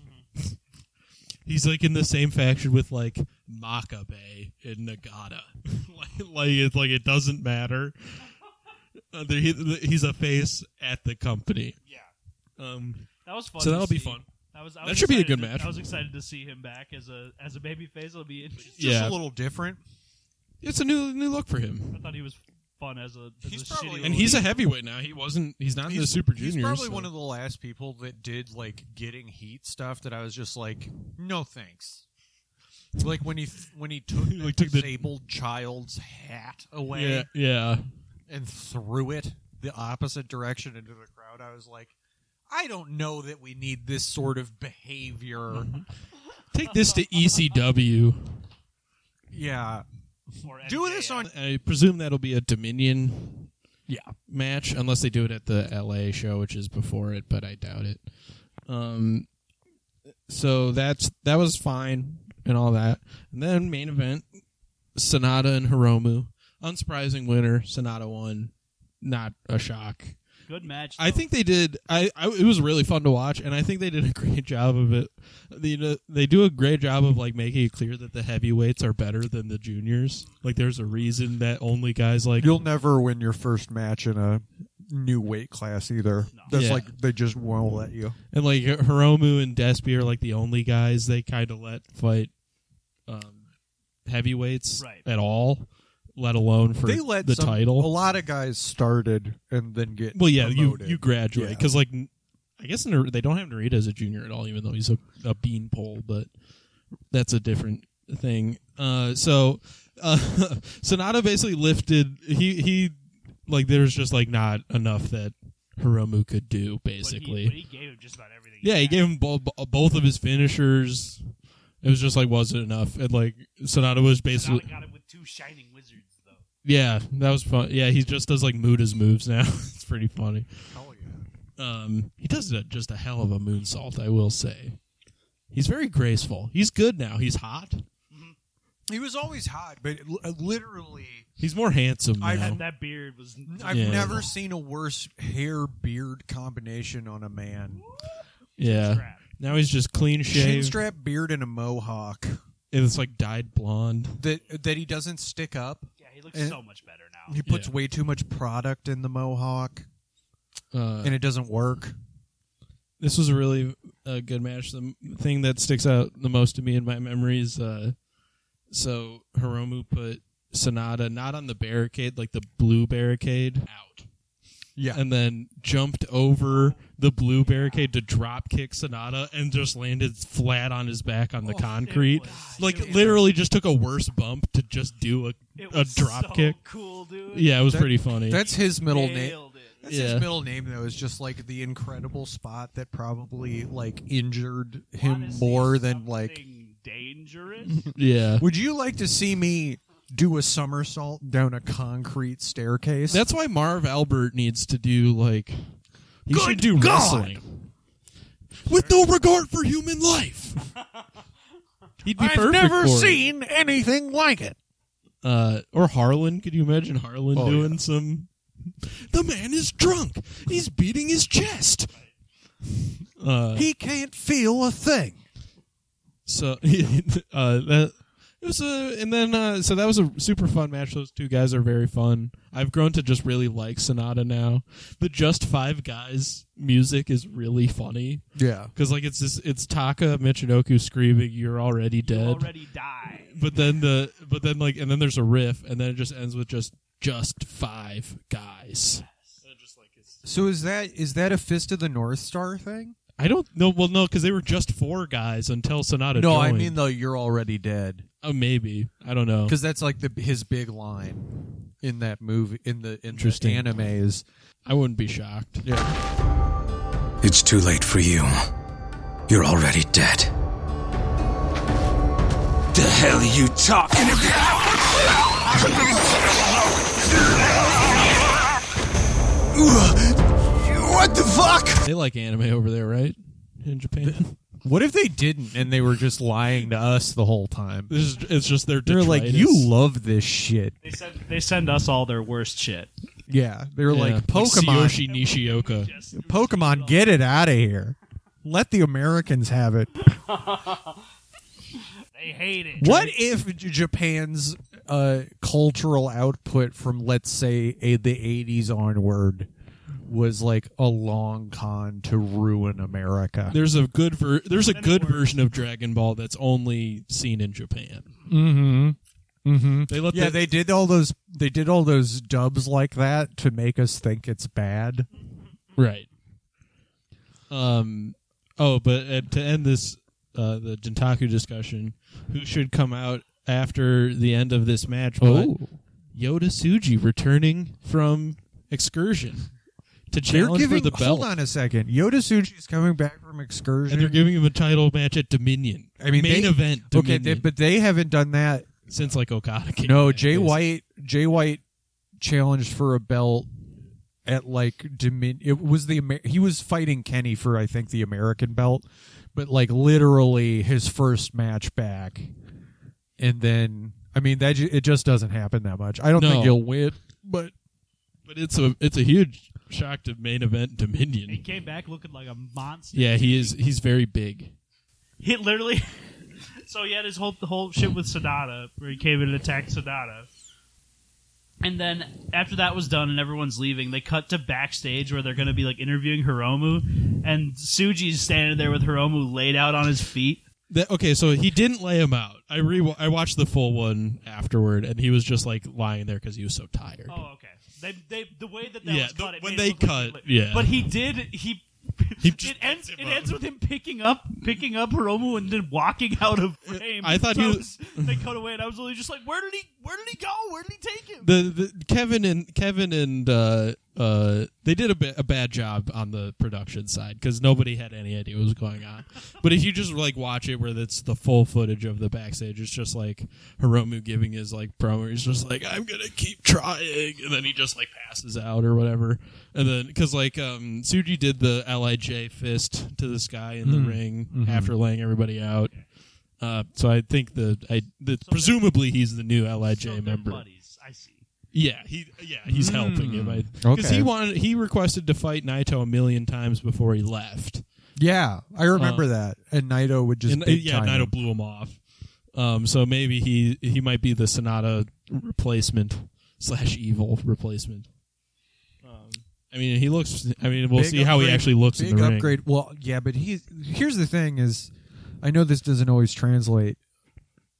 he's like in the same faction with like Makabe and Nagata. like, like it's like it doesn't matter. Uh, there- he- he's a face at the company. Yeah. Um, That was fun. so to that'll be see. fun. That was. I That was should be a excited good to- match. I was excited to see him back as a as a baby face. It'll be interesting. Just Yeah. a little different. It's a new new look for him. I thought he was fun as a. As He's a probably- shitty And he's a heavyweight now. He wasn't. He's not in the Super Juniors. He's probably so- one of the last people that did like getting heat stuff that I was just like, no thanks. Like when he when he took the Like, took the- disabled child's hat away Yeah, yeah. and threw it the opposite direction into the crowd, I was like, I don't know that we need this sort of behavior. Mm-hmm. Take this to E ECW. yeah, or do MJF. this on I presume that'll be a Dominion yeah. match, unless they do it at the LA show, which is before it, but I doubt it. Um, so that's that was fine and all that, and then main event: Sonata and Hiromu. Unsurprising winner. Sonata won. Not a shock. good match. I though. think they did. I, I it was really fun to watch, and I think they did a great job of it. They, they do a great job of like making it clear that the heavyweights are better than the juniors. Like, there's a reason that only guys like You'll never win your first match in a new weight class either. That's Yeah. like they just won't let you. and like Hiromu and Despy are like the only guys they kind of let fight um, heavyweights Right. at all, let alone for they let the some- title. A lot of guys started and then get well, yeah, you promoted. you graduate Yeah. because like n- I guess Nar- they don't have Narita as a junior at all, even though he's a, a beanpole, but that's a different thing. Uh, so uh, Sonata basically lifted he he like there's just like not enough that Hiromu could do But he- basically. but he, gave him just about everything. yeah, he had. gave him bo- bo- both of his finishers. It was just like wasn't enough, and like Sonata was Sonata basically got him with two shining wizards though. yeah, that was fun. Yeah, he just does like Muda's moves now. it's pretty funny. Um, he does a, just a hell of a moonsault, I will say. He's very graceful. He's good now. He's hot. He was always hot, but l- uh, literally, He's more handsome now. I've And that beard was. I've Yeah. never seen a worse hair beard combination on a man. yeah. Crap. Now he's just clean Chin shaved. strap beard and a mohawk and it's like dyed blonde. that that he doesn't stick up. Yeah, he looks And- so much better now. He puts Yeah. way too much product in the mohawk, Uh, and it doesn't work. this was a really uh, good match. The m- thing that sticks out the most to me in my memory is uh, so Hiromu put Sonata not on the barricade, like the blue barricade, out. Yeah. And then jumped over the blue barricade to drop kick Sonata and just landed flat on his back on the concrete. Oh, was- like, it was- literally just took a worse bump to just do a, It a was drop so kick. Cool dude. Yeah, it was That- pretty funny. That's his middle name. Nailed it. That's Yeah. his middle name though. Is just like the incredible spot that probably like injured him Honestly, more than like. something dangerous. yeah. Would you like to see me do a somersault down a concrete staircase? That's why Marv Albert needs to do like he Good should do God! wrestling with no regard for human life. He'd be I've perfect never for it. seen anything like it. Uh, or Harlan. Could you imagine Harlan Oh, doing some? The man is drunk. He's beating his chest. Uh, He can't feel a thing. so uh, that it was a, and then uh, so that was a super fun match. Those two guys are very fun. I've grown to just really like Sonata now. The Just Five Guys music is really funny. yeah. Because like it's this, it's Taka Michinoku screaming, "You're already You dead," already died. but then the but then like and then there's a riff, and then it just ends with just just five guys. So is that is that a fist of the North Star thing? I don't know. Well, no, because they were just four guys until Sonata. No, I joined. mean though you're already dead oh, maybe I don't know. because that's like the his big line in that movie in the in the Interesting. anime is I wouldn't be shocked. It's too late for you. You're already dead. The hell are you talking about? fuck? They like anime over there, right? In Japan. What if they didn't and they were just lying to us the whole time? This is, it's just their They're like, detritus. you love this shit. They send they send us all their worst shit. Yeah, they're Yeah, like Pokemon. Tsuyoshi Nishioka. Pokemon, get it out of here. Let the Americans have it. They hate it. What if J- Japan's uh, cultural output from, let's say, a, the 80s onward was like a long con to ruin America? There's a good ver- there's a good version of Dragon Ball that's only seen in Japan. Mm-hmm. Mm-hmm. They let yeah, the- they did all those. They did all those dubs like that to make us think it's bad. Right. Um. Oh, but uh, to end this, uh, the Jintaku discussion, who should come out after the end of this match? But Oh. Yoda Suji returning from excursion They're to challenge giving. for the belt, Hold on a second. Yoda Suji's coming back from excursion. and they're giving him a title match at Dominion. I mean, main they- event. Okay, Dominion, they, but they haven't done that. since like Okada came. No, back, Jay basically. White. Jay White challenged for a belt at like Domin. It was the Amer- he was fighting Kenny for I think the American belt, but like literally his first match back, and then I mean that ju- it just doesn't happen that much. I don't No. think he'll win, but But it's a it's a huge shock to main event Dominion. He came back looking like a monster. Yeah, he is. He's very big. He literally. so he had his whole the whole shit with Sonata, where he came in and attacked Sonata. And then after that was done and everyone's leaving, they cut to backstage where they're going to be like interviewing Hiromu, and Suji's standing there with Hiromu laid out on his feet. That, okay, so he didn't lay him out. I re I watched the full one afterward, and he was just like lying there because he was so tired. Oh, okay. They, they the way that that Yeah, was the- cut. it when made it they look like he cut, li- yeah. But he did. He. He it just ends. It up. ends with him picking up, picking up Hiromu, and then walking out of frame. I thought So he I was- They cut away, and I was really just like, "Where did he? Where did he go? Where did he take him?" The, the Kevin and Kevin and uh, uh, they did a, ba- a bad job on the production side because nobody had any idea what was going on. but if you just like watch it, where that's the full footage of the backstage, it's just like Hiromu giving his like promo. He's just like, "I'm gonna keep trying," and then he just like passes out or whatever. And then because like um, Suji did the Lij fist to the sky in the ring after laying everybody out. Uh, so I think the I the, presumably he's the new Lij So they're member. buddies. I see. Yeah, he yeah he's helping him because Hmm. Okay. he wanted he requested to fight Naito a million times before he left. yeah, I remember Uh, that. And Naito would just And, uh, big yeah, time him. Naito blew him off. Um, so maybe he he might be the Sonata replacement slash evil replacement. Um, I mean, he looks. I mean, we'll Big see how he upgrade- actually looks Big in the ring. upgrade. Well, yeah, but he here's the thing is, I know this doesn't always translate.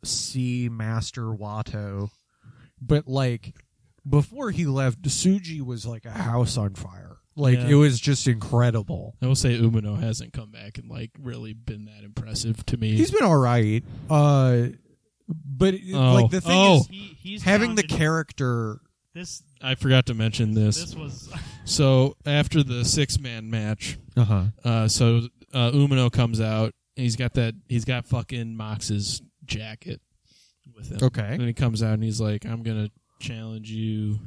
See Master Watto, but like before he left, Suji was like a house on fire. Like Yeah. it was just incredible. I will say Umino hasn't come back and like really been that impressive to me. He's been all right, uh, but Oh. like the thing Oh. is, He, he's having the grounded. character. This I forgot to mention this was So after the six man match, Uh huh. Uh, so uh, Umino comes out and he's got that he's got fucking Mox's jacket with him. Okay. And he comes out and he's like, I'm gonna challenge you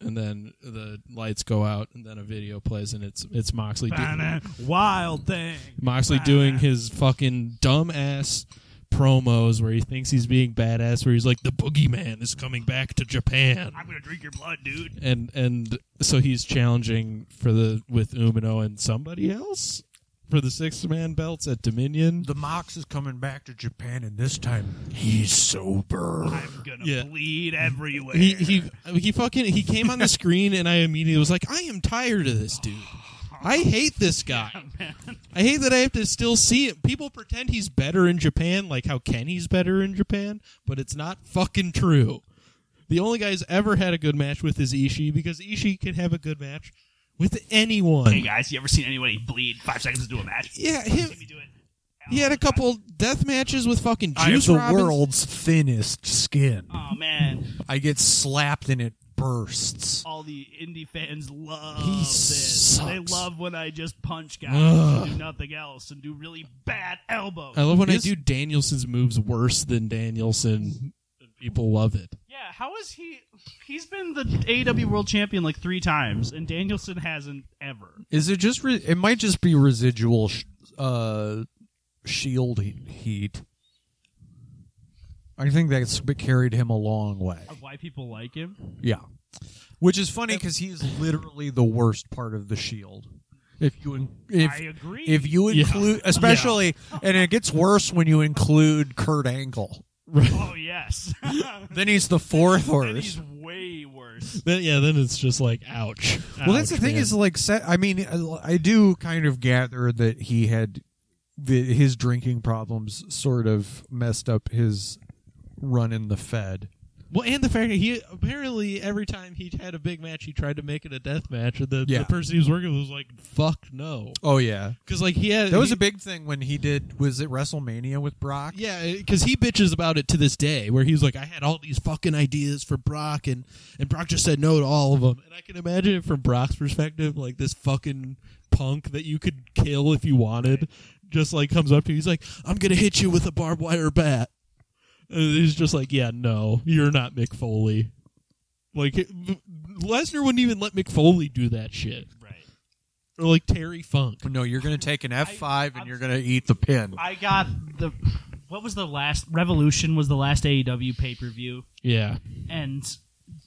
and then the lights go out and then a video plays and it's it's Moxley doing, wild thing. Moxley doing his fucking dumb ass promos where he thinks he's being badass where he's like the boogeyman is coming back to Japan I'm gonna drink your blood, dude. and and so he's challenging for the with Umino and somebody else for the six man belts at Dominion. The Mox is coming back to Japan, and this time he's sober. I'm gonna Yeah. bleed everywhere. He he he fucking he came on the screen and I immediately was like, I am tired of this dude. I hate this guy. I hate that I have to still see it. People pretend he's better in Japan, like how Kenny's better in Japan, but it's not fucking true. The only guy who's ever had a good match with is Ishii because Ishii can have a good match with anyone. hey guys, you ever seen anybody bleed five seconds into a match? Yeah, him, Let me do it. He had a couple death matches with fucking I have Juice the Robinson. world's thinnest skin. Oh man, I get slapped and it bursts. all the indie fans love He this. sucks. They love when I just punch guys Ugh. and do nothing else and do really bad elbows. I love when His- I do Danielson's moves worse than Danielson. people love it. Yeah, how is he? He's been the AEW World Champion like three times, and Danielson hasn't ever. Is it just? Re- it might just be residual sh- uh, shield he- heat. I think that's what carried him a long way. Of why people like him? Yeah, which is funny because he's literally the worst part of the shield. If you in- if I agree. if you Yeah. include especially, and it gets worse when you include Kurt Angle. Oh yes. Then he's the fourth And horse. he's way worse. Then, yeah, then it's just like, ouch. Well, that's the Ouch, thing man. is like set. I mean, uh, I- I do kind of gather that he had the, his drinking problems sort of messed up his run in the Fed. well, and the fact that he apparently every time he had a big match, he tried to make it a death match, and the, Yeah. the person he was working with was like, "Fuck no," Oh yeah, because like he had that was he- a big thing when he did. Was it WrestleMania with Brock? Yeah, because he bitches about it to this day, where he's like, I had all these fucking ideas for Brock, and, and Brock just said no to all of them. And I can imagine it from Brock's perspective, like this fucking punk that you could kill if you wanted, just like comes up to you. He's like, I'm going to hit you with a barbed wire bat. And he's just like, Yeah, no, you're not Mick Foley. Like, it- Lesnar wouldn't even let Mick Foley do that shit. Right. Or like Terry Funk. No, you're gonna take an F five and you're gonna eat the pin. I got the. What was the last Revolution? Was the last AEW pay per view, Yeah. and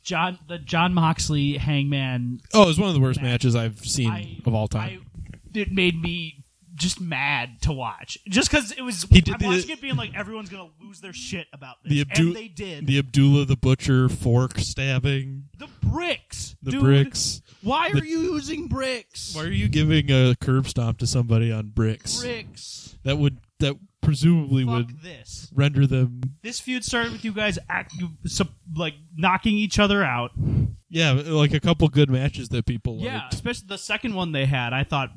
John the John Moxley Hangman Oh, it was one of the worst matches I've seen I- of all time. I- it made me just mad to watch, just because it was. He did I'm the- watching it being like everyone's gonna lose their shit about this, the Abdu- and they did. the Abdullah the Butcher fork stabbing the bricks, the dude. bricks. Why are The- you using bricks? Why are you giving a curb stomp to somebody on bricks? bricks. That would that presumably Fuck would this. render them. This feud started with you guys act, you, sup like knocking each other out. Yeah, like a couple good matches that people Yeah, liked. especially the second one they had, I thought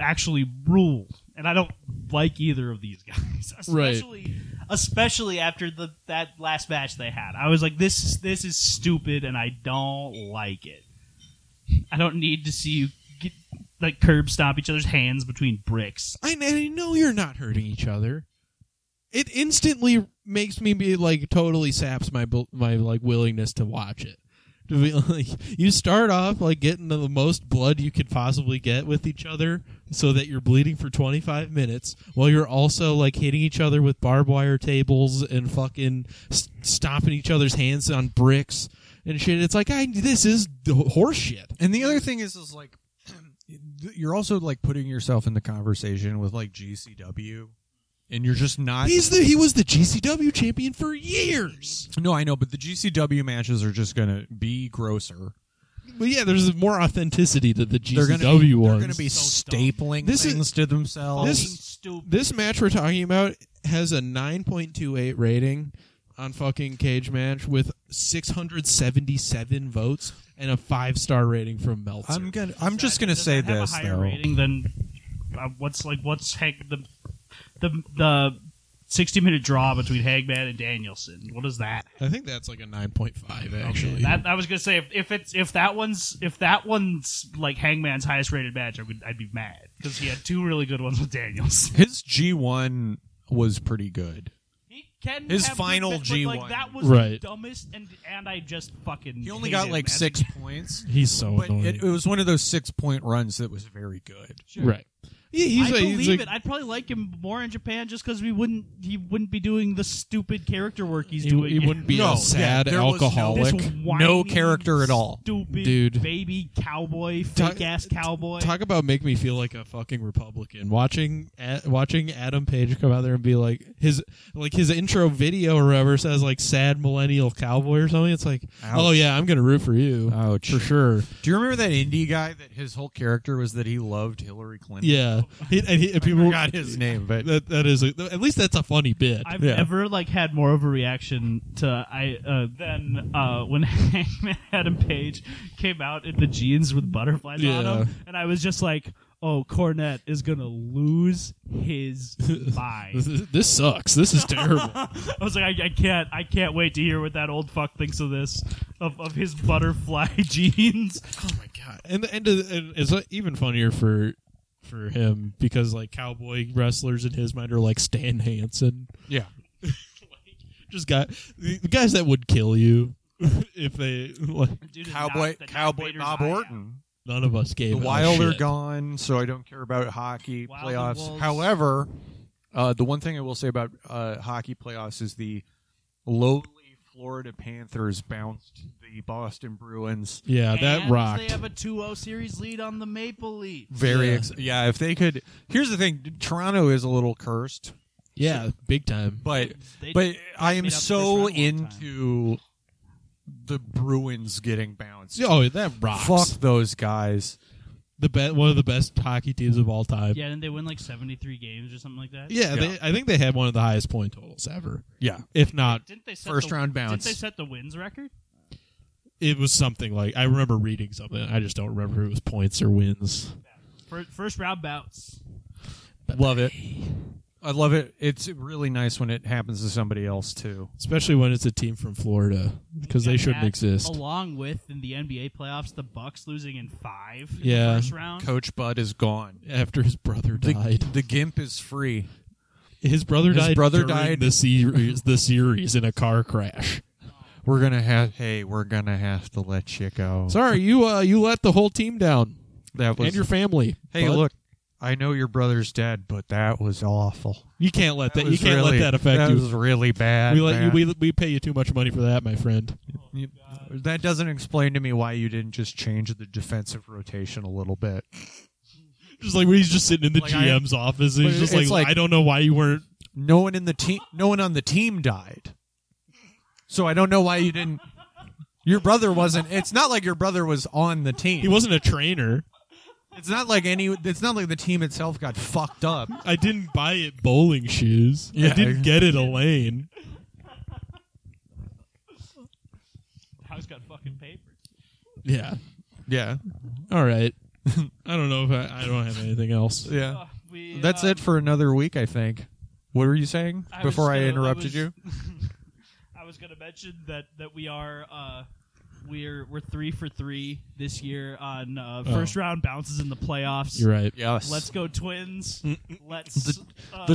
actually ruled, and I don't like either of these guys, Right. especially especially after the that last match they had. I was like, this this is stupid, and I don't like it. I don't need to see you get, like curb stomp each other's hands between bricks. I, I know you're not hurting each other. It instantly makes me be like totally saps my bel- my like willingness to watch it. To be like, you start off like getting the most blood you could possibly get with each other, so that you're bleeding for 25 minutes, while you're also like hitting each other with barbed wire tables and fucking s- stomping each other's hands on bricks and shit. It's like I this is the horse shit. And the other thing is, is like, you're also like putting yourself in the conversation with like GCW, and you're just not. He's the he was the GCW champion for years. no, I know, but the GCW matches are just gonna be grosser. But yeah, there's more authenticity to the GCW They're gonna be, ones. They're gonna be So dumb. stapling This is- things to themselves. Fucking This- stupid. this match we're talking about has a 9.28 rating on fucking Cage Match with 677 votes and a five star rating from Meltzer. I'm gonna. I'm just Does gonna that say have this a higher though. rating than uh, what's like what's Hank the the the. 60 minute draw between Hagman and Danielson. What is that? I think that's like a 9.5 actually. That, I was gonna say if, if it's if that one's if that one's like Hangman's highest rated match, I would I'd be mad because he had two really good ones with Daniels. His G1 was pretty good. He can His have final good match, but, G1. like, that was the Right. dumbest and and I just fucking He only hate got him like as a six guy. points, he's so but annoying. it, it was one of those six point runs that was very good. right. Yeah, he's I like, he's like- believe it. I'd probably like him more in Japan just because we wouldn't he wouldn't be doing the stupid character work he's he, doing. he wouldn't be No, a sad yeah, there was no- alcoholic. This whiny, No character at all. Stupid Dude. baby cowboy, Talk- fake ass cowboy. Talk about make me feel like a fucking Republican. Watching a- watching Adam Page come out there and be like his like his intro video or whatever says like sad millennial cowboy or something. It's like, oh yeah, I'm gonna root for you Ouch. for sure. Do you remember that indie guy that his whole character was that he loved Hillary Clinton? Yeah, he, and he, and I people forgot his name, but that that is a, at least that's a funny bit. I've never like had more of a reaction to I uh, than uh, when Hangman Adam Page came out in the jeans with butterflies Yeah. on him, and I was just like, "Oh, Cornette is gonna lose his This, mind." is- this sucks. This is terrible. I was like, I, I can't, I can't wait to hear what that old fuck thinks of this, of, of his butterfly jeans. God. And the end of and it's uh, even funnier for for him because like cowboy wrestlers in his mind are like Stan Hansen. yeah, just got the guys that would kill you if they like. Dude, is Cowboy not the Cowboy Darth Bob Vader's eye Orton. None of us gave The a Wild are shit. gone, so I don't care about hockey Wild and playoffs. Wolves. However, uh, the one thing I will say about uh, hockey playoffs is the lowly Florida Panthers bounced the Boston Bruins. Yeah, that And They rocked. have a 2-0 series lead on the Maple Leafs. Very Yeah. yeah. yeah. If they could, here's the thing: Toronto is a little cursed, yeah, big time. but They but I made am up the so first round a long time. into the Bruins getting bounced. Oh, that rocks. Fuck those guys. The be- one of the best hockey teams of all time. Yeah, didn't they win like 73 games or something like that? Yeah, They, I think they had one of the highest point totals ever. Yeah, If not, Didn't they set First the, round bounce. Didn't they set the wins record? it was something like I remember reading something. I just don't remember if it was points or wins. Fir- First round bounce. love it. I love it. It's really nice when it happens to somebody else too. Especially when it's a team from Florida because they Yeah, shouldn't that, exist. Along with in the NBA playoffs, the Bucks losing in five. in the Yeah. first round. Coach Bud is gone. After his brother The, died, the Gimp is free. his brother his died. brother during died- the series. The series in a car crash. We're gonna have. Hey, we're gonna have to let you go. Sorry, you uh, you let the whole team down that was. and your family. hey, bud. look. I know your brother's dead, but that was awful. you can't let that, That you was can't really- let that affect that you. was really bad. we let you, man. we we pay you too much money for that, my friend. You- that doesn't explain to me why you didn't just change the defensive rotation a little bit. Just like when he's just sitting in the Like, I- GM's office, and but he's just like, it's like- I don't know why you weren't. No one in the team, no one on the team died. So I don't know why you didn't. Your brother wasn't. It's not like your brother was on the team. He wasn't a trainer. It's not like any. It's not like the team itself got fucked up. I didn't buy it bowling shoes. I Yeah. didn't get it Elaine. House got fucking paper. Yeah. Yeah, All right. I don't know if I, I don't have anything else. yeah. Uh, we, Oh, That's uh, it for another week, I think. What were you saying I was before I gonna- interrupted was- you? I was going to mention that that we are uh, we're we're three for three this year on uh, Oh. first round bounces in the playoffs. You're right. Yes. Let's go Twins. Let's uh, the,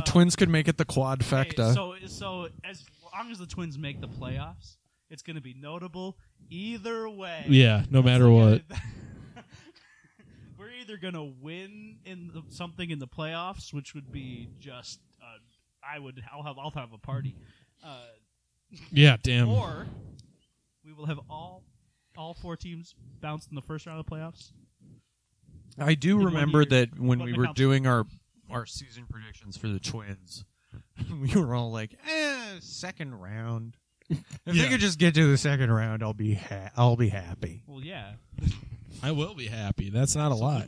the twins could make it the quad fecta. so so as long as the Twins make the playoffs, it's going to be notable either way. Yeah. No matter what. Like, uh, We're either gonna win in the, something in the playoffs, which would be just uh, I would I'll have I'll have a party, uh, Yeah. Damn. or we will have all all four teams bounced in the first round of the playoffs. I do one remember year. that when One we that were counts. doing our our season predictions for the Twins, we were all like, "Eh, second round. If Yeah. they could just get to the second round, I'll be ha- I'll be happy." Well, yeah, I will be happy. That's not a lie.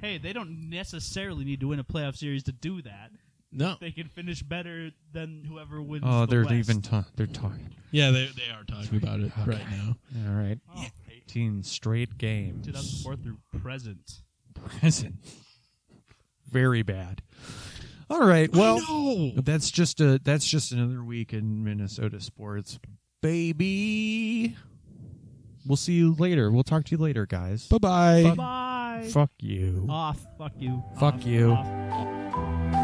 hey, they don't necessarily need to win a playoff series to do that. No. They can finish better than whoever wins. Oh, the they're West. even ta- they're talking. Yeah. They they are talking about it right now. All right, Oh, eighteen straight games. 2004 through present. Present. Very bad. All right. Well, that's just a that's just another week in Minnesota sports, baby. We'll see you later. We'll talk to you later, guys. Bye bye. Bye. Fuck you. Off. Fuck you. Fuck Off. you. Off.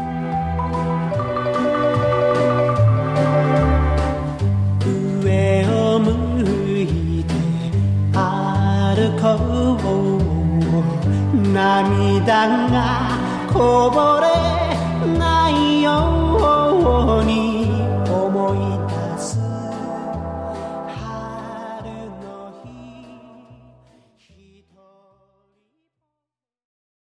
涙がこぼれないように